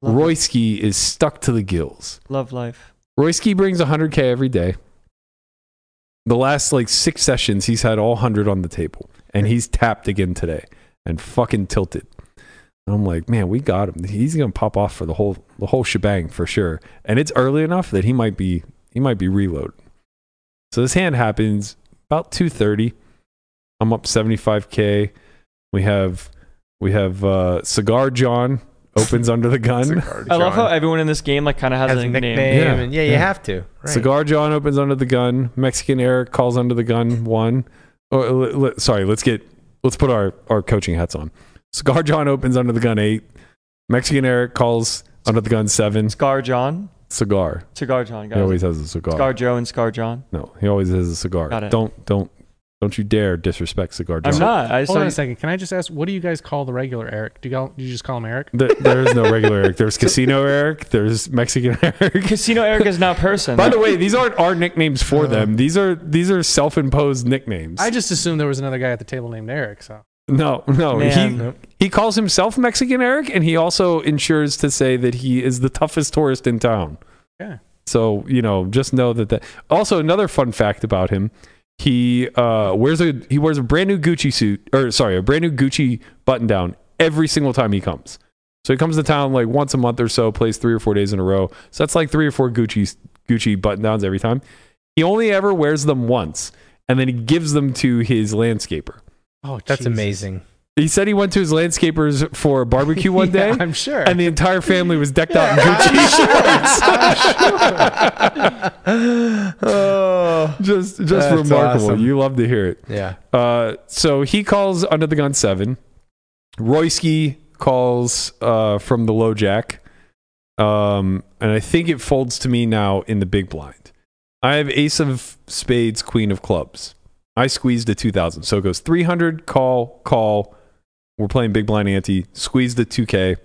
[SPEAKER 4] Love it.
[SPEAKER 2] Royski is stuck to the gills.
[SPEAKER 4] Love life.
[SPEAKER 2] Royski brings 100k every day. The last like 6 sessions he's had all 100 on the table and he's tapped again today and fucking tilted. And I'm like, man, we got him. He's gonna pop off for the whole the whole shebang for sure. And it's early enough that he might be he might be reloaded. So this hand happens about 2:30. I'm up 75k. We have we have uh, cigar John opens under the gun.
[SPEAKER 9] Cigar
[SPEAKER 4] I love how
[SPEAKER 9] John.
[SPEAKER 4] everyone in this game like kind of has,
[SPEAKER 3] Has
[SPEAKER 4] a
[SPEAKER 3] a
[SPEAKER 4] nickname.
[SPEAKER 3] nickname.
[SPEAKER 2] Yeah.
[SPEAKER 3] Yeah, and yeah, you
[SPEAKER 2] Yeah.
[SPEAKER 3] have to. Right.
[SPEAKER 2] Cigar John opens under the gun. Mexican Eric calls under the gun. One. Oh, l- l- sorry, let's get let's put our our coaching hats on. Cigar John opens under the gun eight. Mexican Eric calls under the gun seven.
[SPEAKER 4] Scar John,
[SPEAKER 2] Cigar.
[SPEAKER 4] Cigar John, guys.
[SPEAKER 2] He always has a cigar.
[SPEAKER 4] Scar Joe and Scar John.
[SPEAKER 2] No, he always has a cigar.
[SPEAKER 4] Got it.
[SPEAKER 2] Don't don't don't you dare disrespect Cigar John.
[SPEAKER 4] I'm not. I just
[SPEAKER 5] Hold on a
[SPEAKER 4] saw
[SPEAKER 5] second. Can I just ask, what do you guys call the regular Eric? Do you, all, do you just call him Eric?
[SPEAKER 2] There, there is no regular Eric. There's Casino Eric. There's Mexican Eric.
[SPEAKER 4] Casino Eric Uh. is now a person.
[SPEAKER 2] By the way, these aren't our nicknames for them. These are these are self-imposed nicknames.
[SPEAKER 5] I just assumed there was another guy at the table named Eric. So
[SPEAKER 2] No, no.
[SPEAKER 4] Oh, Man.
[SPEAKER 2] He he calls himself Mexican Eric, and he also ensures to say that he is the toughest tourist in town.
[SPEAKER 5] Yeah.
[SPEAKER 2] So you know, just know that that. Also, another fun fact about him: he uh, wears a he wears a brand new Gucci suit, or sorry, a brand new Gucci button down every single time he comes. So he comes to town like once a month or so, plays three or four days in a row. So that's like three or four Gucci Gucci button downs every time. He only ever wears them once, and then he gives them to his landscaper.
[SPEAKER 5] oh,
[SPEAKER 3] That's
[SPEAKER 5] Jesus.
[SPEAKER 3] amazing.
[SPEAKER 2] He said he went to his landscapers for a barbecue one day,
[SPEAKER 5] I'm sure.
[SPEAKER 2] and the entire family was decked out in Gucci shorts.
[SPEAKER 3] oh.
[SPEAKER 2] just, just
[SPEAKER 3] That's
[SPEAKER 2] remarkable.
[SPEAKER 3] awesome.
[SPEAKER 2] You love to hear it.
[SPEAKER 3] Yeah.
[SPEAKER 2] Uh, so he calls under the gun seven. Royski calls uh, from the low jack, um, and I think it folds to me now in the big blind. I have ace of spades, queen of clubs. I squeezed a 2000. So it goes 300, call, call. We're playing big blind ante, squeeze the 2K,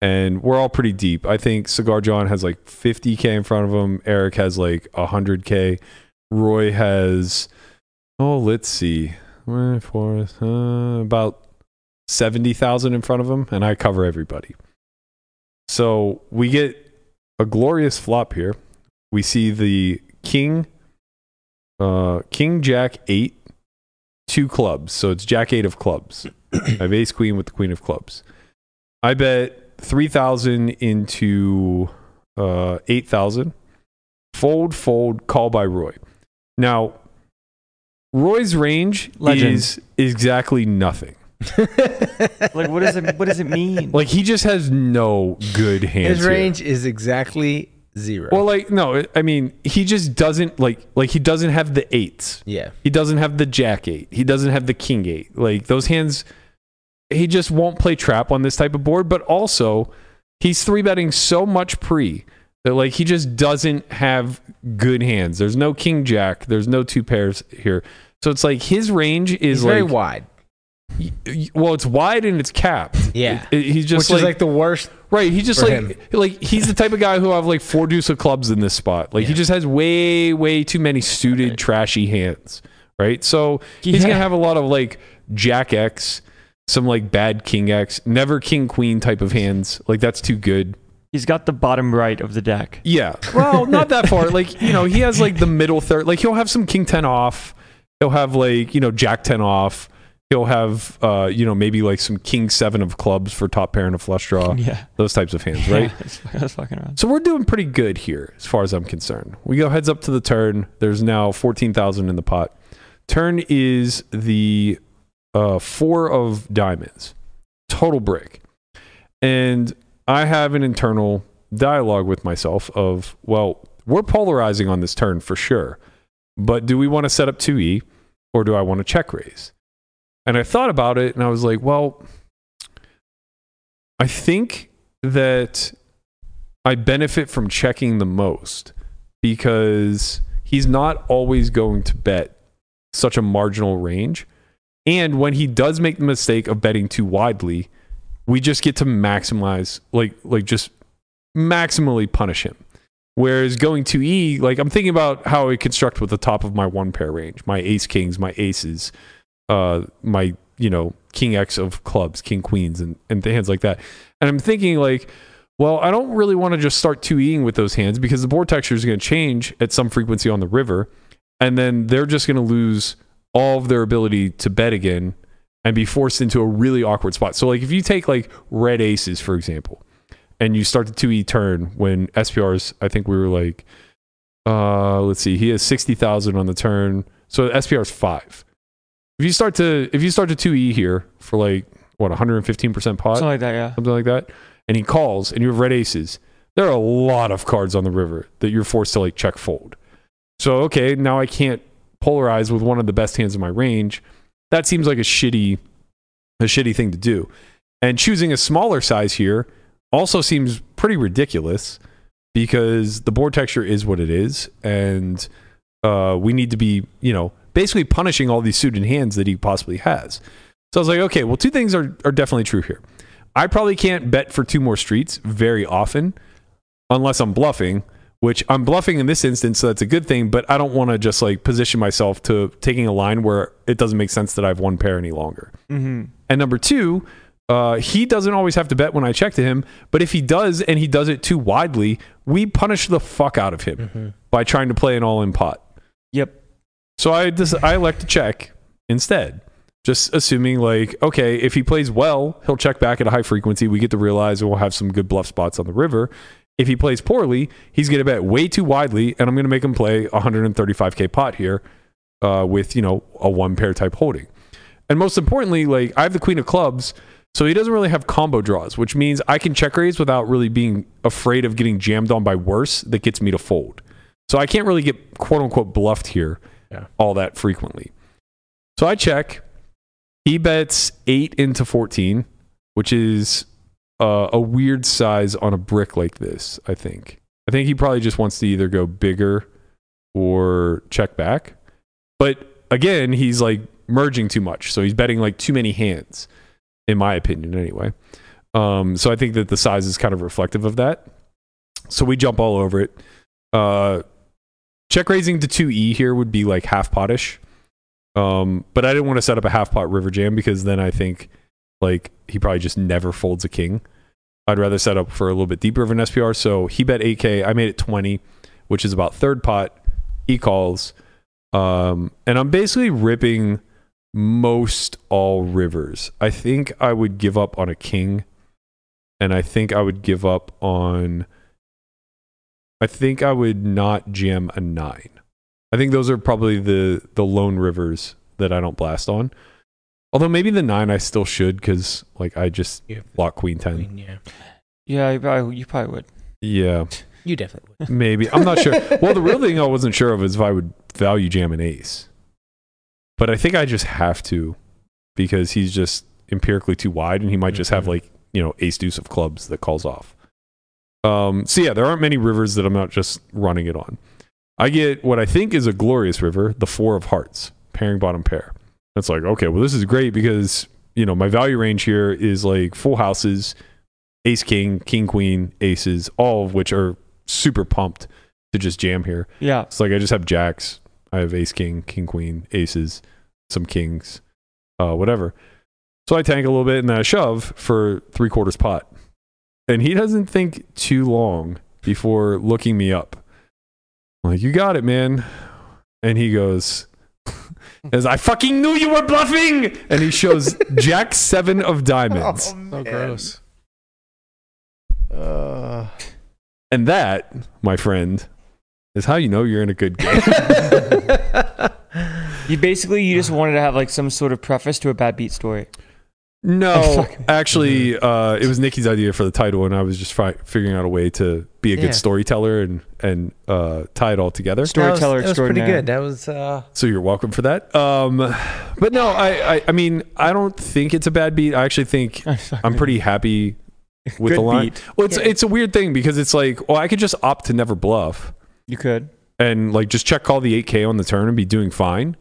[SPEAKER 2] and we're all pretty deep. I think Cigar John has like 50K in front of him. Eric has like 100K. Roy has, oh, let's see, Where for- uh, about 70,000 in front of him, and I cover everybody. So we get a glorious flop here. We see the king, uh, king jack eight, two clubs. So it's jack eight of clubs. I have ace queen with the queen of clubs. I bet three thousand into uh, eight thousand. Fold, fold, call by Roy. Now, Roy's range
[SPEAKER 4] Legend.
[SPEAKER 2] is exactly nothing.
[SPEAKER 4] like what does it what does it mean?
[SPEAKER 2] Like he just has no good hands.
[SPEAKER 3] His
[SPEAKER 2] here.
[SPEAKER 3] range is exactly zero.
[SPEAKER 2] Well, like no, I mean he just doesn't like like he doesn't have the eights.
[SPEAKER 3] yeah.
[SPEAKER 2] He doesn't have the jack eight. He doesn't have the king eight. Like those hands, he just won't play trap on this type of board. But also, he's three betting so much pre that like he just doesn't have good hands. There's no king jack. There's no two pairs here. So it's like his range is
[SPEAKER 3] He's
[SPEAKER 2] like
[SPEAKER 3] very wide.
[SPEAKER 2] y- y- well, it's wide and it's capped.
[SPEAKER 3] Yeah.
[SPEAKER 2] It- it- he's just
[SPEAKER 3] Which is like the worst.
[SPEAKER 2] Right, he just
[SPEAKER 3] for
[SPEAKER 2] like
[SPEAKER 3] him.
[SPEAKER 2] like he's the type of guy who have like four deuce of clubs in this spot. Like he
[SPEAKER 3] Yeah.
[SPEAKER 2] just has way way too many suited trashy hands. Right, so he's
[SPEAKER 4] Yeah.
[SPEAKER 2] gonna have a lot of like Jack X, some like bad King X, never King Queen type of hands. Like that's too good.
[SPEAKER 4] He's got the bottom right of the deck.
[SPEAKER 2] Yeah, well, not that far. Like you know, he has like the middle third. Like he'll have some King Ten off. He'll have like you know Jack Ten off. He'll have uh you know maybe like some King Seven of clubs for top pair and a flush draw.
[SPEAKER 4] Yeah.
[SPEAKER 2] Those types of hands, Uh, right?
[SPEAKER 4] I was fucking around.
[SPEAKER 2] So we're doing pretty good here, as far as I'm concerned. We go heads up to the turn. There's now fourteen thousand in the pot. Turn is the uh, four of diamonds, total brick, and I have an internal dialogue with myself of, well, we're polarizing on this turn for sure, but do we want to set up two e, or do I want to check raise? And I thought about it, and I was like, well, I think that I benefit from checking the most because he's not always going to bet such a marginal range. And when he does make the mistake of betting too widely, we just get to maximize, like, like just maximally punish him. Whereas going to E, like I'm thinking about how I construct with the top of my one pair range, my ace kings, my aces, uh, my you know king X of clubs, king queens, and and hands like that. And I'm thinking like, well, I don't really want to just start two eing with those hands because the board texture is going to change at some frequency on the river, and then they're just going to lose all of their ability to bet again, and be forced into a really awkward spot. So like if you take like red aces for example, and you start the two e turn when SPR's I think we were like, uh, let's see, he has sixty thousand on the turn, so SPR's five. If you start to if you start to two e here for like what one hundred and fifteen percent pot,
[SPEAKER 4] Something like that, yeah.
[SPEAKER 2] something like that, and he calls and you have red aces, there are a lot of cards on the river that you're forced to like check fold. So okay, now I can't polarize with one of the best hands in my range. That seems like a shitty a shitty thing to do. And choosing a smaller size here also seems pretty ridiculous because the board texture is what it is and uh, we need to be, you know, basically punishing all these suited hands that he possibly has. So I was like, okay, well, two things are, are definitely true here. I probably can't bet for two more streets very often unless I'm bluffing, which I'm bluffing in this instance, so that's a good thing, but I don't want to just like position myself to taking a line where it doesn't make sense that I have one pair any longer.
[SPEAKER 4] Mm-hmm.
[SPEAKER 2] And number two, uh, he doesn't always have to bet when I check to him, but if he does and he does it too widely, we punish the fuck out of him by trying to play an all in pot.
[SPEAKER 4] Yep.
[SPEAKER 2] So I just I elect to check instead. Just assuming like, okay, if he plays well, he'll check back at a high frequency. We get to realize and we'll have some good bluff spots on the river. If he plays poorly, he's gonna bet way too widely, and I'm gonna make him play 135k pot here uh, with, you know, a one pair type holding. And most importantly, like I have the queen of clubs, so he doesn't really have combo draws, which means I can check raise without really being afraid of getting jammed on by worse that gets me to fold. So I can't really get quote unquote bluffed here
[SPEAKER 3] Yeah.
[SPEAKER 2] all that frequently. So I check. He bets eight into 14, which is uh, a weird size on a brick like this, I think. I think he probably just wants to either go bigger or check back. But again, he's like merging too much. So he's betting like too many hands, in my opinion, anyway. Um, so I think that the size is kind of reflective of that. So we jump all over it. Uh, check raising to 2E here would be like half potish. Um, but I didn't want to set up a half pot river jam because then I think like he probably just never folds a king. I'd rather set up for a little bit deeper of an SPR. So he bet 8K. I made it 20, which is about third pot. He calls. Um, and I'm basically ripping most all rivers. I think I would give up on a king. And I think I would give up on. I think I would not jam a nine. I think those are probably the the lone rivers that I don't blast on. Although maybe the nine I still should because like I just
[SPEAKER 3] You,
[SPEAKER 2] block queen
[SPEAKER 3] I
[SPEAKER 2] ten.
[SPEAKER 3] mean, yeah.
[SPEAKER 4] Yeah, you probably, you probably would.
[SPEAKER 2] Yeah,
[SPEAKER 3] You definitely would.
[SPEAKER 2] maybe. I'm not sure. Well, the real thing I wasn't sure of is if I would value jam an ace. But I think I just have to because he's just empirically too wide and he might just have
[SPEAKER 3] Mhm.
[SPEAKER 2] like, you know, ace deuce of clubs that calls off. Um, so yeah, there aren't many rivers that I'm not just running it on. I get what I think is a glorious river, the four of hearts, pairing bottom pair. That's like, okay, well, this is great because, you know, my value range here is like full houses, ace king, king queen, aces, all of which are super pumped to just jam here.
[SPEAKER 4] Yeah.
[SPEAKER 2] It's like I just have jacks. I have ace king, king queen, aces, some kings, uh, whatever. So I tank a little bit and then I shove for three quarters pot. And he doesn't think too long before looking me up. I'm like, you got it, man. And he goes, as I fucking knew you were bluffing. And he shows jack seven of diamonds.
[SPEAKER 5] So gross.
[SPEAKER 9] Uh,
[SPEAKER 2] And that, my friend, is how you know you're in a good game.
[SPEAKER 4] You basically you just wanted to have like some sort of preface to a bad beat story.
[SPEAKER 2] No,
[SPEAKER 4] Fuck.
[SPEAKER 2] actually, uh, it was Nikki's idea for the title, and I was just fi- figuring out a way to be a
[SPEAKER 3] Yeah.
[SPEAKER 2] good storyteller and and uh, tie it all together.
[SPEAKER 4] Storyteller
[SPEAKER 3] that was, that was pretty
[SPEAKER 4] extraordinaire.
[SPEAKER 3] good. That was uh,
[SPEAKER 2] So you're welcome for that. Um, but no, I, I I mean I don't think it's a bad beat. I actually think I'm pretty happy with
[SPEAKER 4] Good
[SPEAKER 2] the line.
[SPEAKER 4] beat.
[SPEAKER 2] Well, it's it's a weird thing because it's like, well, I could just opt to never bluff
[SPEAKER 4] You could.
[SPEAKER 2] and like just check call the 8K on the turn and be doing fine.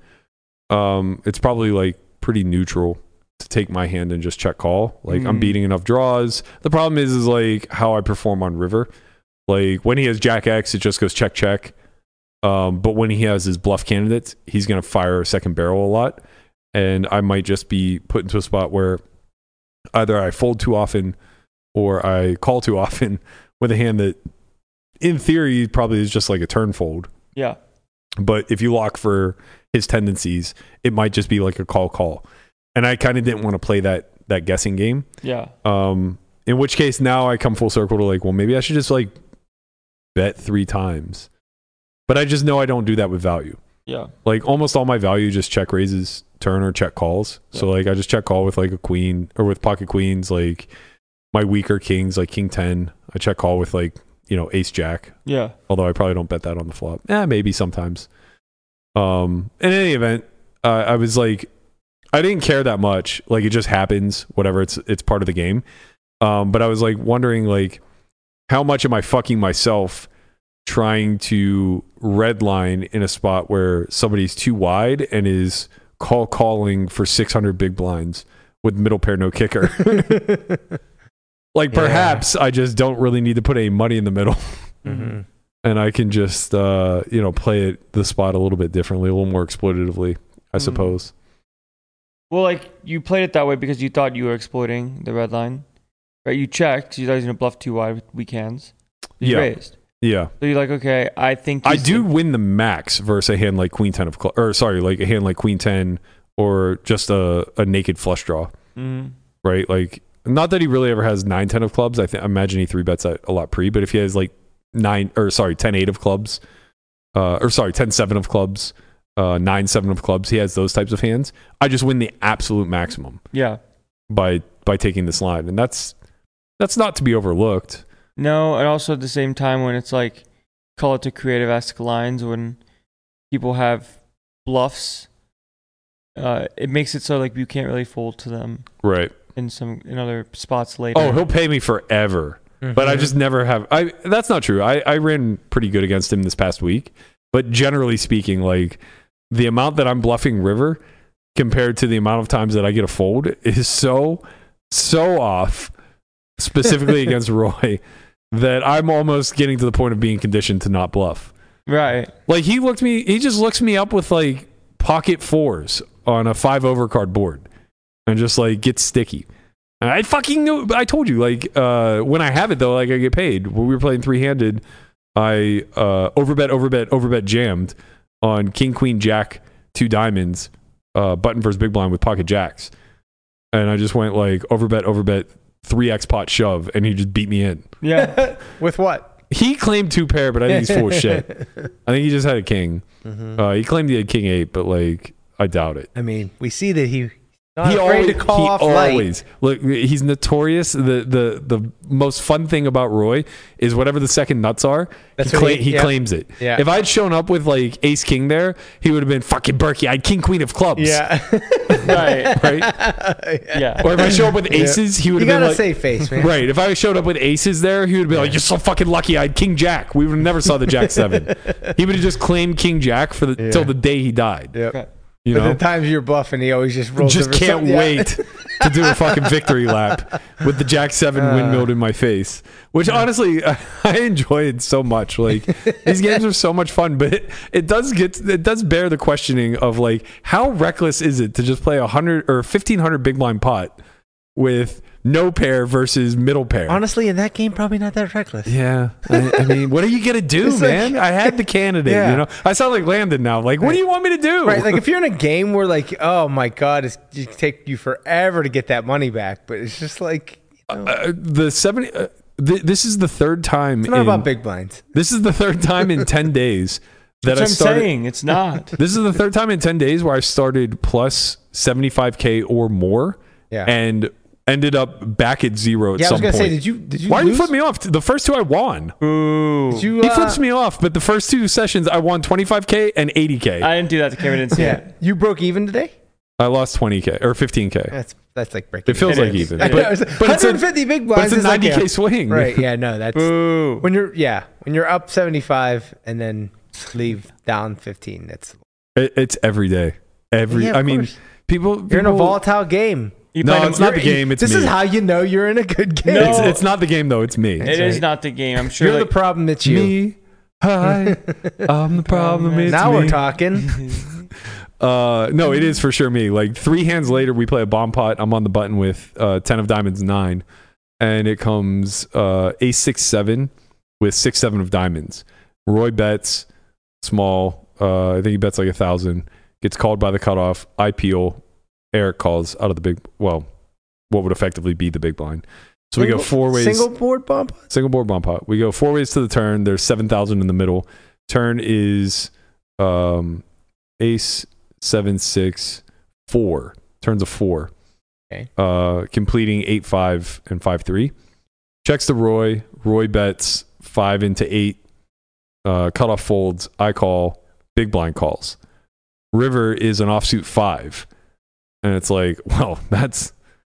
[SPEAKER 2] Um, it's probably like pretty neutral to take my hand and just check call. Like I'm
[SPEAKER 4] Mm.
[SPEAKER 2] beating enough draws. The problem is is like how I perform on river. Like when he has Jack X, it just goes check check. Um, but when he has his bluff candidates, he's gonna fire a second barrel a lot, and I might just be put into a spot where either I fold too often or I call too often with a hand that, in theory, probably is just like a turn fold
[SPEAKER 4] Yeah.
[SPEAKER 2] but if you lock for his tendencies, it might just be like a call call. and I kind of didn't want to play that that guessing game.
[SPEAKER 4] Yeah.
[SPEAKER 2] Um, in which case now I come full circle to like, well, maybe I should just like bet three times. But I just know I don't do that with value.
[SPEAKER 4] Yeah.
[SPEAKER 2] Like almost all my value just check raises, turn or check calls. So like I just check call with like a queen or with pocket queens, like my weaker kings, like king ten. I check call with like you know ace jack.
[SPEAKER 4] Yeah.
[SPEAKER 2] Although I probably don't bet that on the flop. Yeah, maybe sometimes. Um, in any event, uh, I was like, I didn't care that much. Like it just happens. Whatever. It's it's part of the game. Um, but I was like wondering like how much am I fucking myself trying to redline in a spot where somebody's too wide and is call calling for 600 big blinds with middle pair no kicker. like
[SPEAKER 3] Yeah.
[SPEAKER 2] perhaps I just don't really need to put any money in the middle Mm-hmm.
[SPEAKER 4] Mm-hmm.
[SPEAKER 3] Mhm.
[SPEAKER 2] and I can just uh, you know play it the spot a little bit differently, a little more exploitatively, I
[SPEAKER 4] Mhm.
[SPEAKER 2] suppose.
[SPEAKER 4] Well, like you played it that way because you thought you were exploiting the red line, right? You checked. You thought he was gonna bluff too wide with weak hands. You
[SPEAKER 2] Yeah.
[SPEAKER 4] raised.
[SPEAKER 2] Yeah.
[SPEAKER 4] So you're like, okay, I think
[SPEAKER 2] I
[SPEAKER 4] he's
[SPEAKER 2] do
[SPEAKER 4] the-
[SPEAKER 2] win the max versus a hand like queen ten of cl- or sorry, like a hand like queen ten or just a, a naked flush draw,
[SPEAKER 4] Mhm.
[SPEAKER 2] right? Like not that he really ever has nine ten of clubs. I, th- I imagine he three bets that a lot pre, but if he has like nine or sorry ten eight of clubs, uh, or sorry ten seven of clubs, uh, nine seven of clubs, he has those types of hands. I just win the absolute maximum
[SPEAKER 4] Yeah.
[SPEAKER 2] by by taking this line, and that's that's not to be overlooked.
[SPEAKER 4] No, and also at the same time when it's like call it to creative esque lines when people have bluffs, uh, it makes it so like you can't really fold to them
[SPEAKER 2] Right.
[SPEAKER 4] in some in other spots later.
[SPEAKER 2] Oh, he'll pay me forever.
[SPEAKER 5] Mm-hmm.
[SPEAKER 2] but I just never have. I that's not true. I I ran pretty good against him this past week, but generally speaking, like the amount that I'm bluffing river compared to the amount of times that I get a fold is so so off, specifically against Roy, that I'm almost getting to the point of being conditioned to not bluff.
[SPEAKER 4] right.
[SPEAKER 2] Like he looked me, he just looks me up with like pocket fours on a five overcard board, and just like gets sticky. And I fucking knew. I told you like uh, when I have it though, like I get paid. When we were playing three handed, I uh, overbet, overbet, overbet, jammed on king, queen, jack, two diamonds, uh, button versus big blind with pocket jacks, and I just went like overbet, overbet, three x pot shove, and he just beat me in.
[SPEAKER 4] Yeah.
[SPEAKER 3] with what?
[SPEAKER 2] He claimed two pair, but I think he's full of shit. I think he just had a king. Uh, he claimed he had king eight, but like I doubt it.
[SPEAKER 3] Mm-hmm. I mean, we see that he not
[SPEAKER 2] he
[SPEAKER 3] afraid
[SPEAKER 2] always,
[SPEAKER 3] to call
[SPEAKER 2] he
[SPEAKER 3] off light.
[SPEAKER 2] always look. He's notorious. The the the most fun thing about Roy is whatever the second nuts are.
[SPEAKER 3] That's
[SPEAKER 2] he
[SPEAKER 3] what
[SPEAKER 2] cla-
[SPEAKER 3] he-
[SPEAKER 2] he
[SPEAKER 3] yeah.
[SPEAKER 2] claims it.
[SPEAKER 3] Yeah.
[SPEAKER 2] If I'd shown up with like ace king there, he would have been fucking Berkey. I had king queen of clubs.
[SPEAKER 3] Yeah.
[SPEAKER 4] right.
[SPEAKER 2] Right.
[SPEAKER 4] Yeah.
[SPEAKER 2] Or if I show up with aces, he would
[SPEAKER 3] You
[SPEAKER 2] have been
[SPEAKER 3] gotta
[SPEAKER 2] like.
[SPEAKER 3] save face, man.
[SPEAKER 2] Right. If I showed up with aces there, he would be like, "You're so fucking lucky. I had King Jack. We would never saw the Jack seven. he would have just claimed King Jack for the, till the day he died.
[SPEAKER 3] Yep.
[SPEAKER 4] Right.
[SPEAKER 2] You
[SPEAKER 3] But
[SPEAKER 2] know,
[SPEAKER 3] the times you're bluffing, he always just rolls.
[SPEAKER 2] just
[SPEAKER 3] over
[SPEAKER 2] can't
[SPEAKER 3] something. Yeah.
[SPEAKER 2] wait to do a fucking victory lap with the Jack Seven windmilled in my face. Which honestly, I enjoy it so much. Like these games are so much fun, but it, it does get it does bear the questioning of like how reckless is it to just play a hundred or fifteen hundred big blind pot with no pair versus middle pair.
[SPEAKER 3] Honestly, in that game, probably not that reckless.
[SPEAKER 2] Yeah, I, I mean, what are you gonna do,
[SPEAKER 3] It's like-
[SPEAKER 2] man? I had the candidate.
[SPEAKER 3] Yeah.
[SPEAKER 2] You know, I sound like Landon now. Like, what do you want me to do?
[SPEAKER 3] Right, like if you're in a game where like, oh my god, it's it take you forever to get that money back, but it's just like
[SPEAKER 2] Uh, the seventy. Uh, th- this is the third time.
[SPEAKER 3] it's not
[SPEAKER 2] in-
[SPEAKER 3] about big blinds.
[SPEAKER 2] This is the third time in 10 days that
[SPEAKER 4] That's
[SPEAKER 2] I
[SPEAKER 4] what I'm
[SPEAKER 2] started.
[SPEAKER 4] saying. It's not.
[SPEAKER 2] This is the third time in 10 days where I started plus 75K or more
[SPEAKER 3] Yeah.
[SPEAKER 2] and ended up back at zero at
[SPEAKER 3] Yeah, I
[SPEAKER 2] some
[SPEAKER 3] was gonna
[SPEAKER 2] point.
[SPEAKER 3] say, did you did you
[SPEAKER 2] Why
[SPEAKER 3] lose?
[SPEAKER 2] did you flip me off? The first two I won.
[SPEAKER 4] Ooh.
[SPEAKER 3] Did you,
[SPEAKER 2] He
[SPEAKER 3] uh,
[SPEAKER 2] flips me off, but the first two sessions I won 25K and 80K. I,
[SPEAKER 4] I didn't do that to Cameron. Didn't see it.
[SPEAKER 3] Yeah, you broke even today.
[SPEAKER 2] lost 20K or 15K.
[SPEAKER 3] That's that's like breaking.
[SPEAKER 2] It feels
[SPEAKER 4] It
[SPEAKER 2] like
[SPEAKER 4] is.
[SPEAKER 2] even.
[SPEAKER 3] I
[SPEAKER 2] But,
[SPEAKER 3] know, it's
[SPEAKER 2] but it's a-
[SPEAKER 3] 150 big
[SPEAKER 2] but
[SPEAKER 3] blinds.
[SPEAKER 2] it's a
[SPEAKER 3] is like
[SPEAKER 2] 90K swing.
[SPEAKER 3] Right? Yeah, no, that's
[SPEAKER 4] Boo.
[SPEAKER 3] when you're yeah when you're up 75 and then leave down 15. That's
[SPEAKER 2] It- it's every day. Every,
[SPEAKER 3] Yeah, of
[SPEAKER 2] I mean,
[SPEAKER 3] course.
[SPEAKER 2] people,
[SPEAKER 3] you're in a
[SPEAKER 2] people-
[SPEAKER 3] volatile game.
[SPEAKER 4] You
[SPEAKER 2] No,
[SPEAKER 4] played him-
[SPEAKER 2] it's not the
[SPEAKER 3] You're-
[SPEAKER 2] game. It's
[SPEAKER 3] this
[SPEAKER 2] me.
[SPEAKER 3] is how you know you're in a good game.
[SPEAKER 2] it's,
[SPEAKER 4] No.
[SPEAKER 2] it's not the game though. It's me.
[SPEAKER 4] It
[SPEAKER 3] right.
[SPEAKER 4] is not the game. I'm sure.
[SPEAKER 3] You're
[SPEAKER 4] like,
[SPEAKER 3] the problem. It's you.
[SPEAKER 2] Me, hi, I'm the problem. It's
[SPEAKER 3] now
[SPEAKER 2] me.
[SPEAKER 3] we're talking.
[SPEAKER 2] Uh, no, it is for sure me. Like three hands later, we play a bomb pot. I'm on the button with uh, ten of diamonds, nine, and it comes uh, ace six seven with six seven of diamonds. Roy bets small. Uh, I think he bets like a thousand. Gets called by the cutoff. I peel. Eric calls out of the big, well, what would effectively be the big blind. So we go four ways.
[SPEAKER 3] Single board bump.
[SPEAKER 2] single board bump pot. We go four ways to the turn. There's seven thousand in the middle. Turn is um, ace seven six four. Turns a four.
[SPEAKER 3] Okay.
[SPEAKER 2] Uh, completing eight five and five three. Checks to Roy. Roy bets five into eight. Uh, cutoff folds. I call. Big blind calls. River is an offsuit five, and it's like, well, that's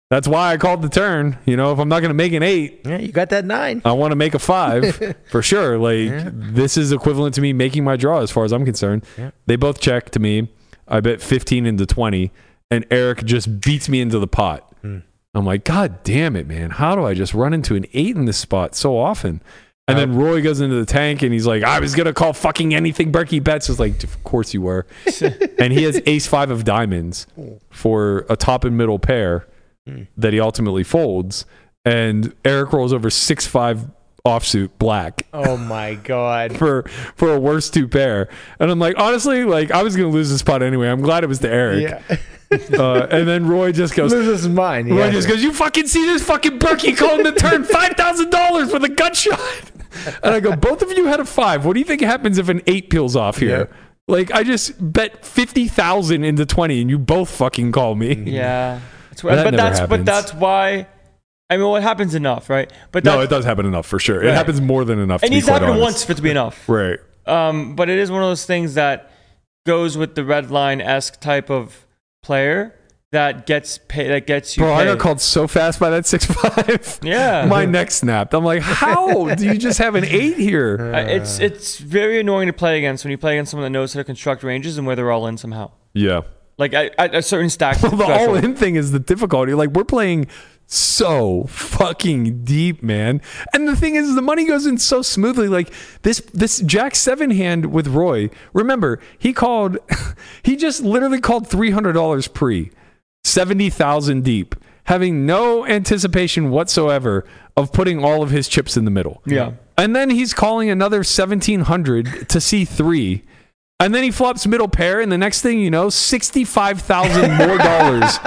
[SPEAKER 2] that's why I called the turn. You know, if I'm not going to make an eight,
[SPEAKER 3] Yeah, you got that nine.
[SPEAKER 2] I want to make a five for sure. Like
[SPEAKER 3] Yeah.
[SPEAKER 2] this is equivalent to me making my draw as far as I'm concerned.
[SPEAKER 3] Yeah.
[SPEAKER 2] They both check to me. I bet 15 into 20, and Eric just beats me into the pot.
[SPEAKER 3] Hmm.
[SPEAKER 2] I'm like, God damn it, man! How do I just run into an eight in this spot so often? And
[SPEAKER 3] Uh,
[SPEAKER 2] then Roy goes into the tank and he's like, I was gonna call fucking anything Berkey bets. It's like, of course you were. and he has ace five of diamonds for a top and middle pair that he ultimately folds. And Eric rolls over six five offsuit black
[SPEAKER 3] Oh my god.
[SPEAKER 2] for for a worse two pair. And I'm like, honestly, like I was gonna lose this pot anyway. I'm glad it was to Eric.
[SPEAKER 3] Yeah.
[SPEAKER 2] Uh, and then Roy just goes.
[SPEAKER 3] this is mine.
[SPEAKER 2] Roy
[SPEAKER 3] Yeah.
[SPEAKER 2] just goes, you fucking see this fucking Berkey calling the turn five thousand dollars with a gut shot, and I go, both of you had a five. What do you think happens if an eight peels off here?
[SPEAKER 3] Yeah.
[SPEAKER 2] Like I just bet fifty thousand into twenty, and you both fucking call me.
[SPEAKER 4] Yeah. That's why-
[SPEAKER 2] That
[SPEAKER 4] but
[SPEAKER 2] never
[SPEAKER 4] that's
[SPEAKER 2] happens.
[SPEAKER 4] but that's why. I mean, well, it happens enough, right? But
[SPEAKER 2] No, it
[SPEAKER 4] that's-
[SPEAKER 2] does happen enough for sure. It
[SPEAKER 4] Right.
[SPEAKER 2] happens more than enough.
[SPEAKER 4] it
[SPEAKER 2] to be
[SPEAKER 4] needs to
[SPEAKER 2] quite
[SPEAKER 4] happen
[SPEAKER 2] honest.
[SPEAKER 4] once for it to be enough.
[SPEAKER 2] right?
[SPEAKER 4] Um, but it is one of those things that goes with the red line esque type of player that gets pay that gets you.
[SPEAKER 2] Bro, I got
[SPEAKER 4] paid.
[SPEAKER 2] called so fast by that six five.
[SPEAKER 4] Yeah.
[SPEAKER 2] my neck snapped. I'm like, how do you just have an eight here?
[SPEAKER 4] Uh, it's it's very annoying to play against when you play against someone that knows how to construct ranges and where they're all in somehow.
[SPEAKER 2] Yeah.
[SPEAKER 4] Like at, at a certain stack.
[SPEAKER 2] Well, the all
[SPEAKER 4] threshold.
[SPEAKER 2] in thing is the difficulty. Like we're playing so fucking deep, man. And the thing is, the money goes in so smoothly. Like this, this Jack Seven hand with Roy. Remember, he called. He just literally called three hundred dollars pre, seventy thousand deep, having no anticipation whatsoever of putting all of his chips in the middle.
[SPEAKER 4] Yeah.
[SPEAKER 2] And then he's calling another 1700 to see three. And then he flops middle pair, and the next thing you know, sixty-five thousand more dollars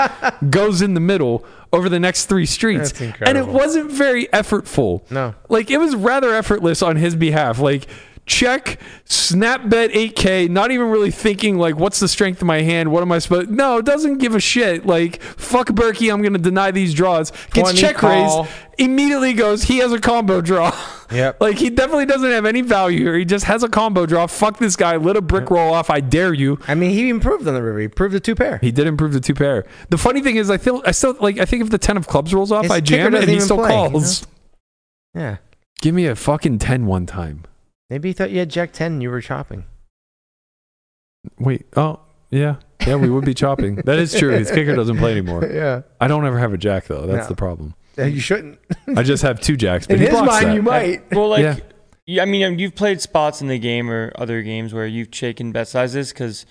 [SPEAKER 2] goes in the middle over the next three streets,
[SPEAKER 3] That's
[SPEAKER 2] and it
[SPEAKER 3] incredible.
[SPEAKER 2] wasn't very effortful.
[SPEAKER 3] No.
[SPEAKER 2] like it was rather effortless on his behalf. Like check, snap bet eight k, not even really thinking like, what's the strength of my hand? What am I supposed? No, it doesn't give a shit. Like fuck Berkey, I'm gonna deny these draws. Gets
[SPEAKER 3] 20
[SPEAKER 2] check
[SPEAKER 3] call.
[SPEAKER 2] raised, immediately goes, he has a combo draw.
[SPEAKER 3] Yep.
[SPEAKER 2] Like he definitely doesn't have any value here. He just has a combo draw. Fuck this guy. Let a brick roll off. I dare you.
[SPEAKER 3] I mean, he improved on the river. He proved a two pair.
[SPEAKER 2] He did improve the two pair. The funny thing is, I feel I still like. I think if the ten of clubs rolls off,
[SPEAKER 3] His
[SPEAKER 2] I
[SPEAKER 3] kicker
[SPEAKER 2] jam it
[SPEAKER 3] doesn't
[SPEAKER 2] and he
[SPEAKER 3] even
[SPEAKER 2] still
[SPEAKER 3] play, you
[SPEAKER 2] calls.
[SPEAKER 3] Yeah.
[SPEAKER 2] Give me a fucking 10 one time.
[SPEAKER 3] Maybe he thought you had Jack ten and you were chopping.
[SPEAKER 2] Wait. Oh yeah, yeah. We would be chopping. That is true. His kicker doesn't play anymore.
[SPEAKER 3] yeah.
[SPEAKER 2] I don't ever have a jack though. That's
[SPEAKER 3] No.
[SPEAKER 2] the problem.
[SPEAKER 3] Yeah, You shouldn't.
[SPEAKER 2] I just have two jacks. But
[SPEAKER 3] In
[SPEAKER 2] he
[SPEAKER 3] his
[SPEAKER 2] blocks
[SPEAKER 3] mind,
[SPEAKER 2] that.
[SPEAKER 3] you might.
[SPEAKER 4] Well, like,
[SPEAKER 2] Yeah.
[SPEAKER 4] yeah, I mean, um, you've played spots in the game or other games where you've shaken bet sizes because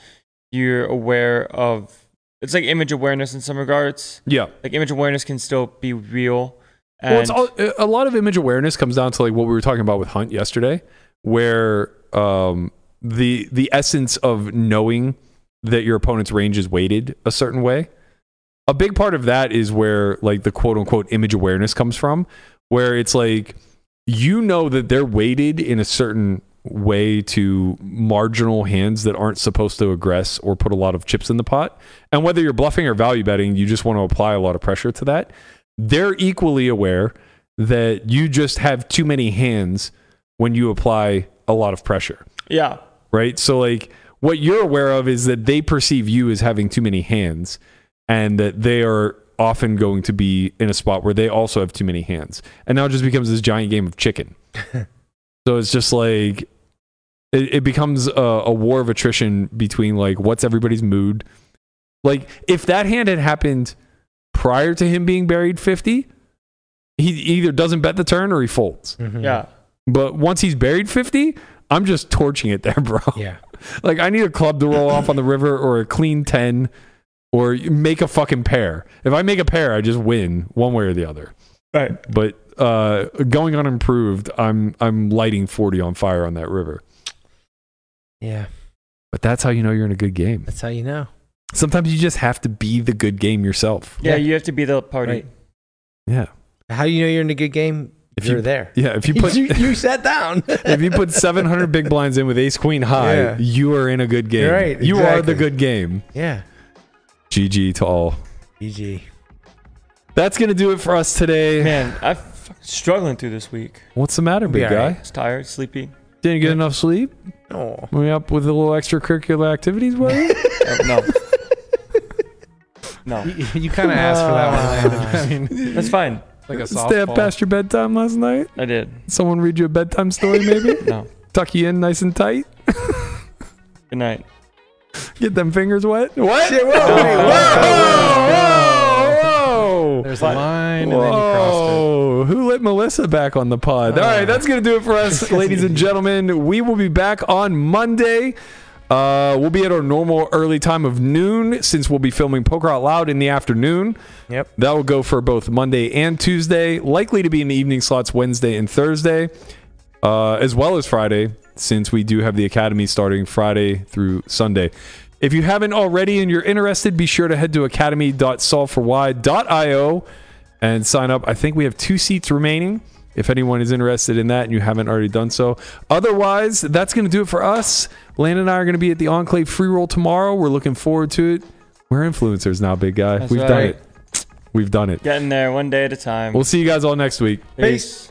[SPEAKER 4] you're aware of. It's like image awareness in some regards.
[SPEAKER 2] Yeah.
[SPEAKER 4] Like image awareness can still be real. And
[SPEAKER 2] Well, it's all, uh, a lot of image awareness comes down to like what we were talking about with Hunt yesterday, where um, the the essence of knowing that your opponent's range is weighted a certain way. A big part of that is where like the quote unquote image awareness comes from, where it's like you know that they're weighted in a certain way to marginal hands that aren't supposed to aggress or put a lot of chips in the pot. And whether you're bluffing or value betting, you just want to apply a lot of pressure to that. They're equally aware that you just have too many hands when you apply a lot of pressure,
[SPEAKER 4] yeah,
[SPEAKER 2] right? So, like, what you're aware of is that they perceive you as having too many hands and that they are often going to be in a spot where they also have too many hands. And now it just becomes this giant game of chicken. so, it's just like it, it becomes a, a war of attrition between like what's everybody's mood. Like if that hand had happened prior to him being buried 50, he either doesn't bet the turn or he folds.
[SPEAKER 3] Mm. Mm-hmm.
[SPEAKER 4] yeah.
[SPEAKER 2] But once he's buried 50, I'm just torching it there, bro.
[SPEAKER 3] Yeah.
[SPEAKER 2] Like I need a club to roll off on the river or a clean 10 or make a fucking pair. If I make a pair, I just win one way or the other.
[SPEAKER 4] Right.
[SPEAKER 2] But uh, going unimproved, I'm I'm lighting 40 on fire on that river.
[SPEAKER 3] Yeah.
[SPEAKER 2] But that's how you know you're in a good game.
[SPEAKER 3] That's how you know.
[SPEAKER 2] Sometimes you just have to be the good game yourself.
[SPEAKER 4] Yeah, you have to be the party.
[SPEAKER 3] Right.
[SPEAKER 2] Yeah.
[SPEAKER 3] How do you know you're in a good game?
[SPEAKER 2] If
[SPEAKER 3] you're
[SPEAKER 2] you-
[SPEAKER 3] there.
[SPEAKER 2] Yeah. If you put
[SPEAKER 3] you, you sat down.
[SPEAKER 2] if you put 700 big blinds in with ace queen high,
[SPEAKER 3] Yeah.
[SPEAKER 2] you are in a good game.
[SPEAKER 3] You're right,
[SPEAKER 2] You are the
[SPEAKER 3] exactly.
[SPEAKER 2] good game.
[SPEAKER 3] yeah.
[SPEAKER 2] GG to all.
[SPEAKER 3] GG.
[SPEAKER 2] That's gonna do it for us today.
[SPEAKER 4] Man, I'm f- struggling through this week.
[SPEAKER 2] What's the matter, big
[SPEAKER 3] all
[SPEAKER 2] guy?
[SPEAKER 4] It's tired, sleepy.
[SPEAKER 2] Didn't get enough sleep?
[SPEAKER 3] Oh.
[SPEAKER 2] Were you up with a little extracurricular activities, were you?
[SPEAKER 4] Uh, no. no.
[SPEAKER 5] You, kind of asked for that one. Landon. I mean,
[SPEAKER 4] That's fine.
[SPEAKER 5] it's like a
[SPEAKER 2] Stay up
[SPEAKER 5] softball.
[SPEAKER 2] past your bedtime last night?
[SPEAKER 4] I did.
[SPEAKER 2] Someone read you a bedtime story, maybe?
[SPEAKER 4] No.
[SPEAKER 2] Tuck you in nice and tight?
[SPEAKER 4] Good night.
[SPEAKER 2] Get them fingers wet? What? whoa,
[SPEAKER 4] wait,
[SPEAKER 2] whoa, whoa, whoa.
[SPEAKER 5] There's a line, and then you crossed it.
[SPEAKER 2] Whoa, who let Melissa back on the pod? All right, that's going to do it for us, ladies and gentlemen. We will be back on Monday. Uh, we'll be at our normal early time of noon since we'll be filming Poker Out Loud in the afternoon.
[SPEAKER 3] Yep.
[SPEAKER 2] That will go for both Monday and Tuesday, likely to be in the evening slots Wednesday and Thursday, uh, as well as Friday, since we do have the Academy starting Friday through Sunday. If you haven't already and you're interested, be sure to head to academy.solveforwhy.io and sign up. I think we have two seats remaining if anyone is interested in that and you haven't already done so. Otherwise, that's going to do it for us. Landon and I are going to be at the Enclave free roll tomorrow. We're looking forward to it. We're influencers now, big guy.
[SPEAKER 4] That's
[SPEAKER 2] We've done
[SPEAKER 4] right.
[SPEAKER 2] it. We've done it.
[SPEAKER 4] Getting there one day at a time.
[SPEAKER 2] We'll see you guys all next week.
[SPEAKER 4] Peace.